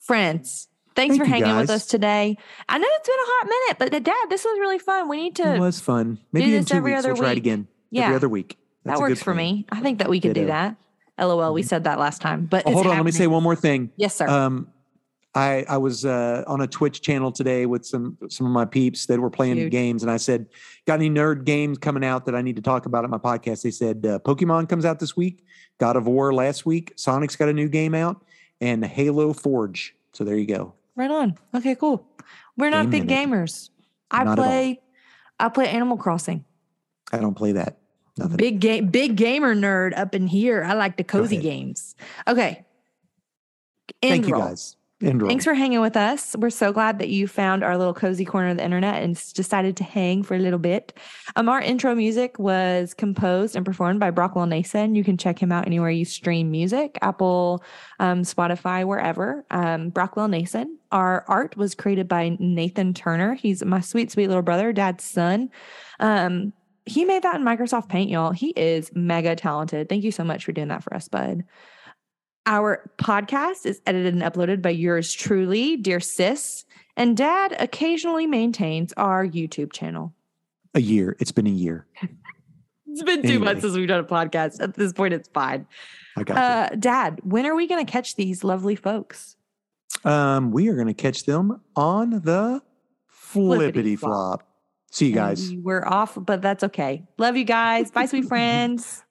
friends. Thanks Thank for you, hanging with guys. us today. I know it's been a hot minute, but uh, Dad, this was really fun. We need to It was fun. Maybe in this two every weeks other we'll try it week. again. yeah. Every other week. That's that a good works for plan. me. I think that we could do Ditto. Mm-hmm. that. LOL, we said that last time. But Oh, it's hold on, let me say happening. one more thing. Yes, sir. Um, I I was uh, on a Twitch channel today with some some of my peeps that were playing Cute. games, and I said, "Got any nerd games coming out that I need to talk about at my podcast?" They said, uh, "Pokemon comes out this week, God of War last week, Sonic's got a new game out, and Halo Forge." So there you go. right on. Okay, cool. We're not Game big minute. gamers. I Not at all. play I play Animal Crossing. I don't play that. Nothing. Big game big gamer nerd up in here. I like the cozy ahead. games. Okay. End Thank you roll. guys. End roll. Thanks for hanging with us. We're so glad that you found our little cozy corner of the internet and s- decided to hang for a little bit. Um, our intro music was composed and performed by Brockwell Nason. You can check him out anywhere you stream music, Apple, um, Spotify, wherever. Um, Brockwell Nason. Our art was created by Nathan Turner. He's my sweet, sweet little brother, dad's son. Um, he made that in Microsoft Paint, y'all. He is mega talented. Thank you so much for doing that for us, bud. Our podcast is edited and uploaded by yours truly, dear sis. And dad occasionally maintains our YouTube channel. a year. It's been a year. It's been two Anyway. months since we've done a podcast. At this point, it's fine. I got you. Uh, dad, when are we going to catch these lovely folks? Um, we are going to catch them on the flippity flop. Flippity-flop. See you And guys. we We're off, but that's okay. Love you guys. Bye, sweet friends.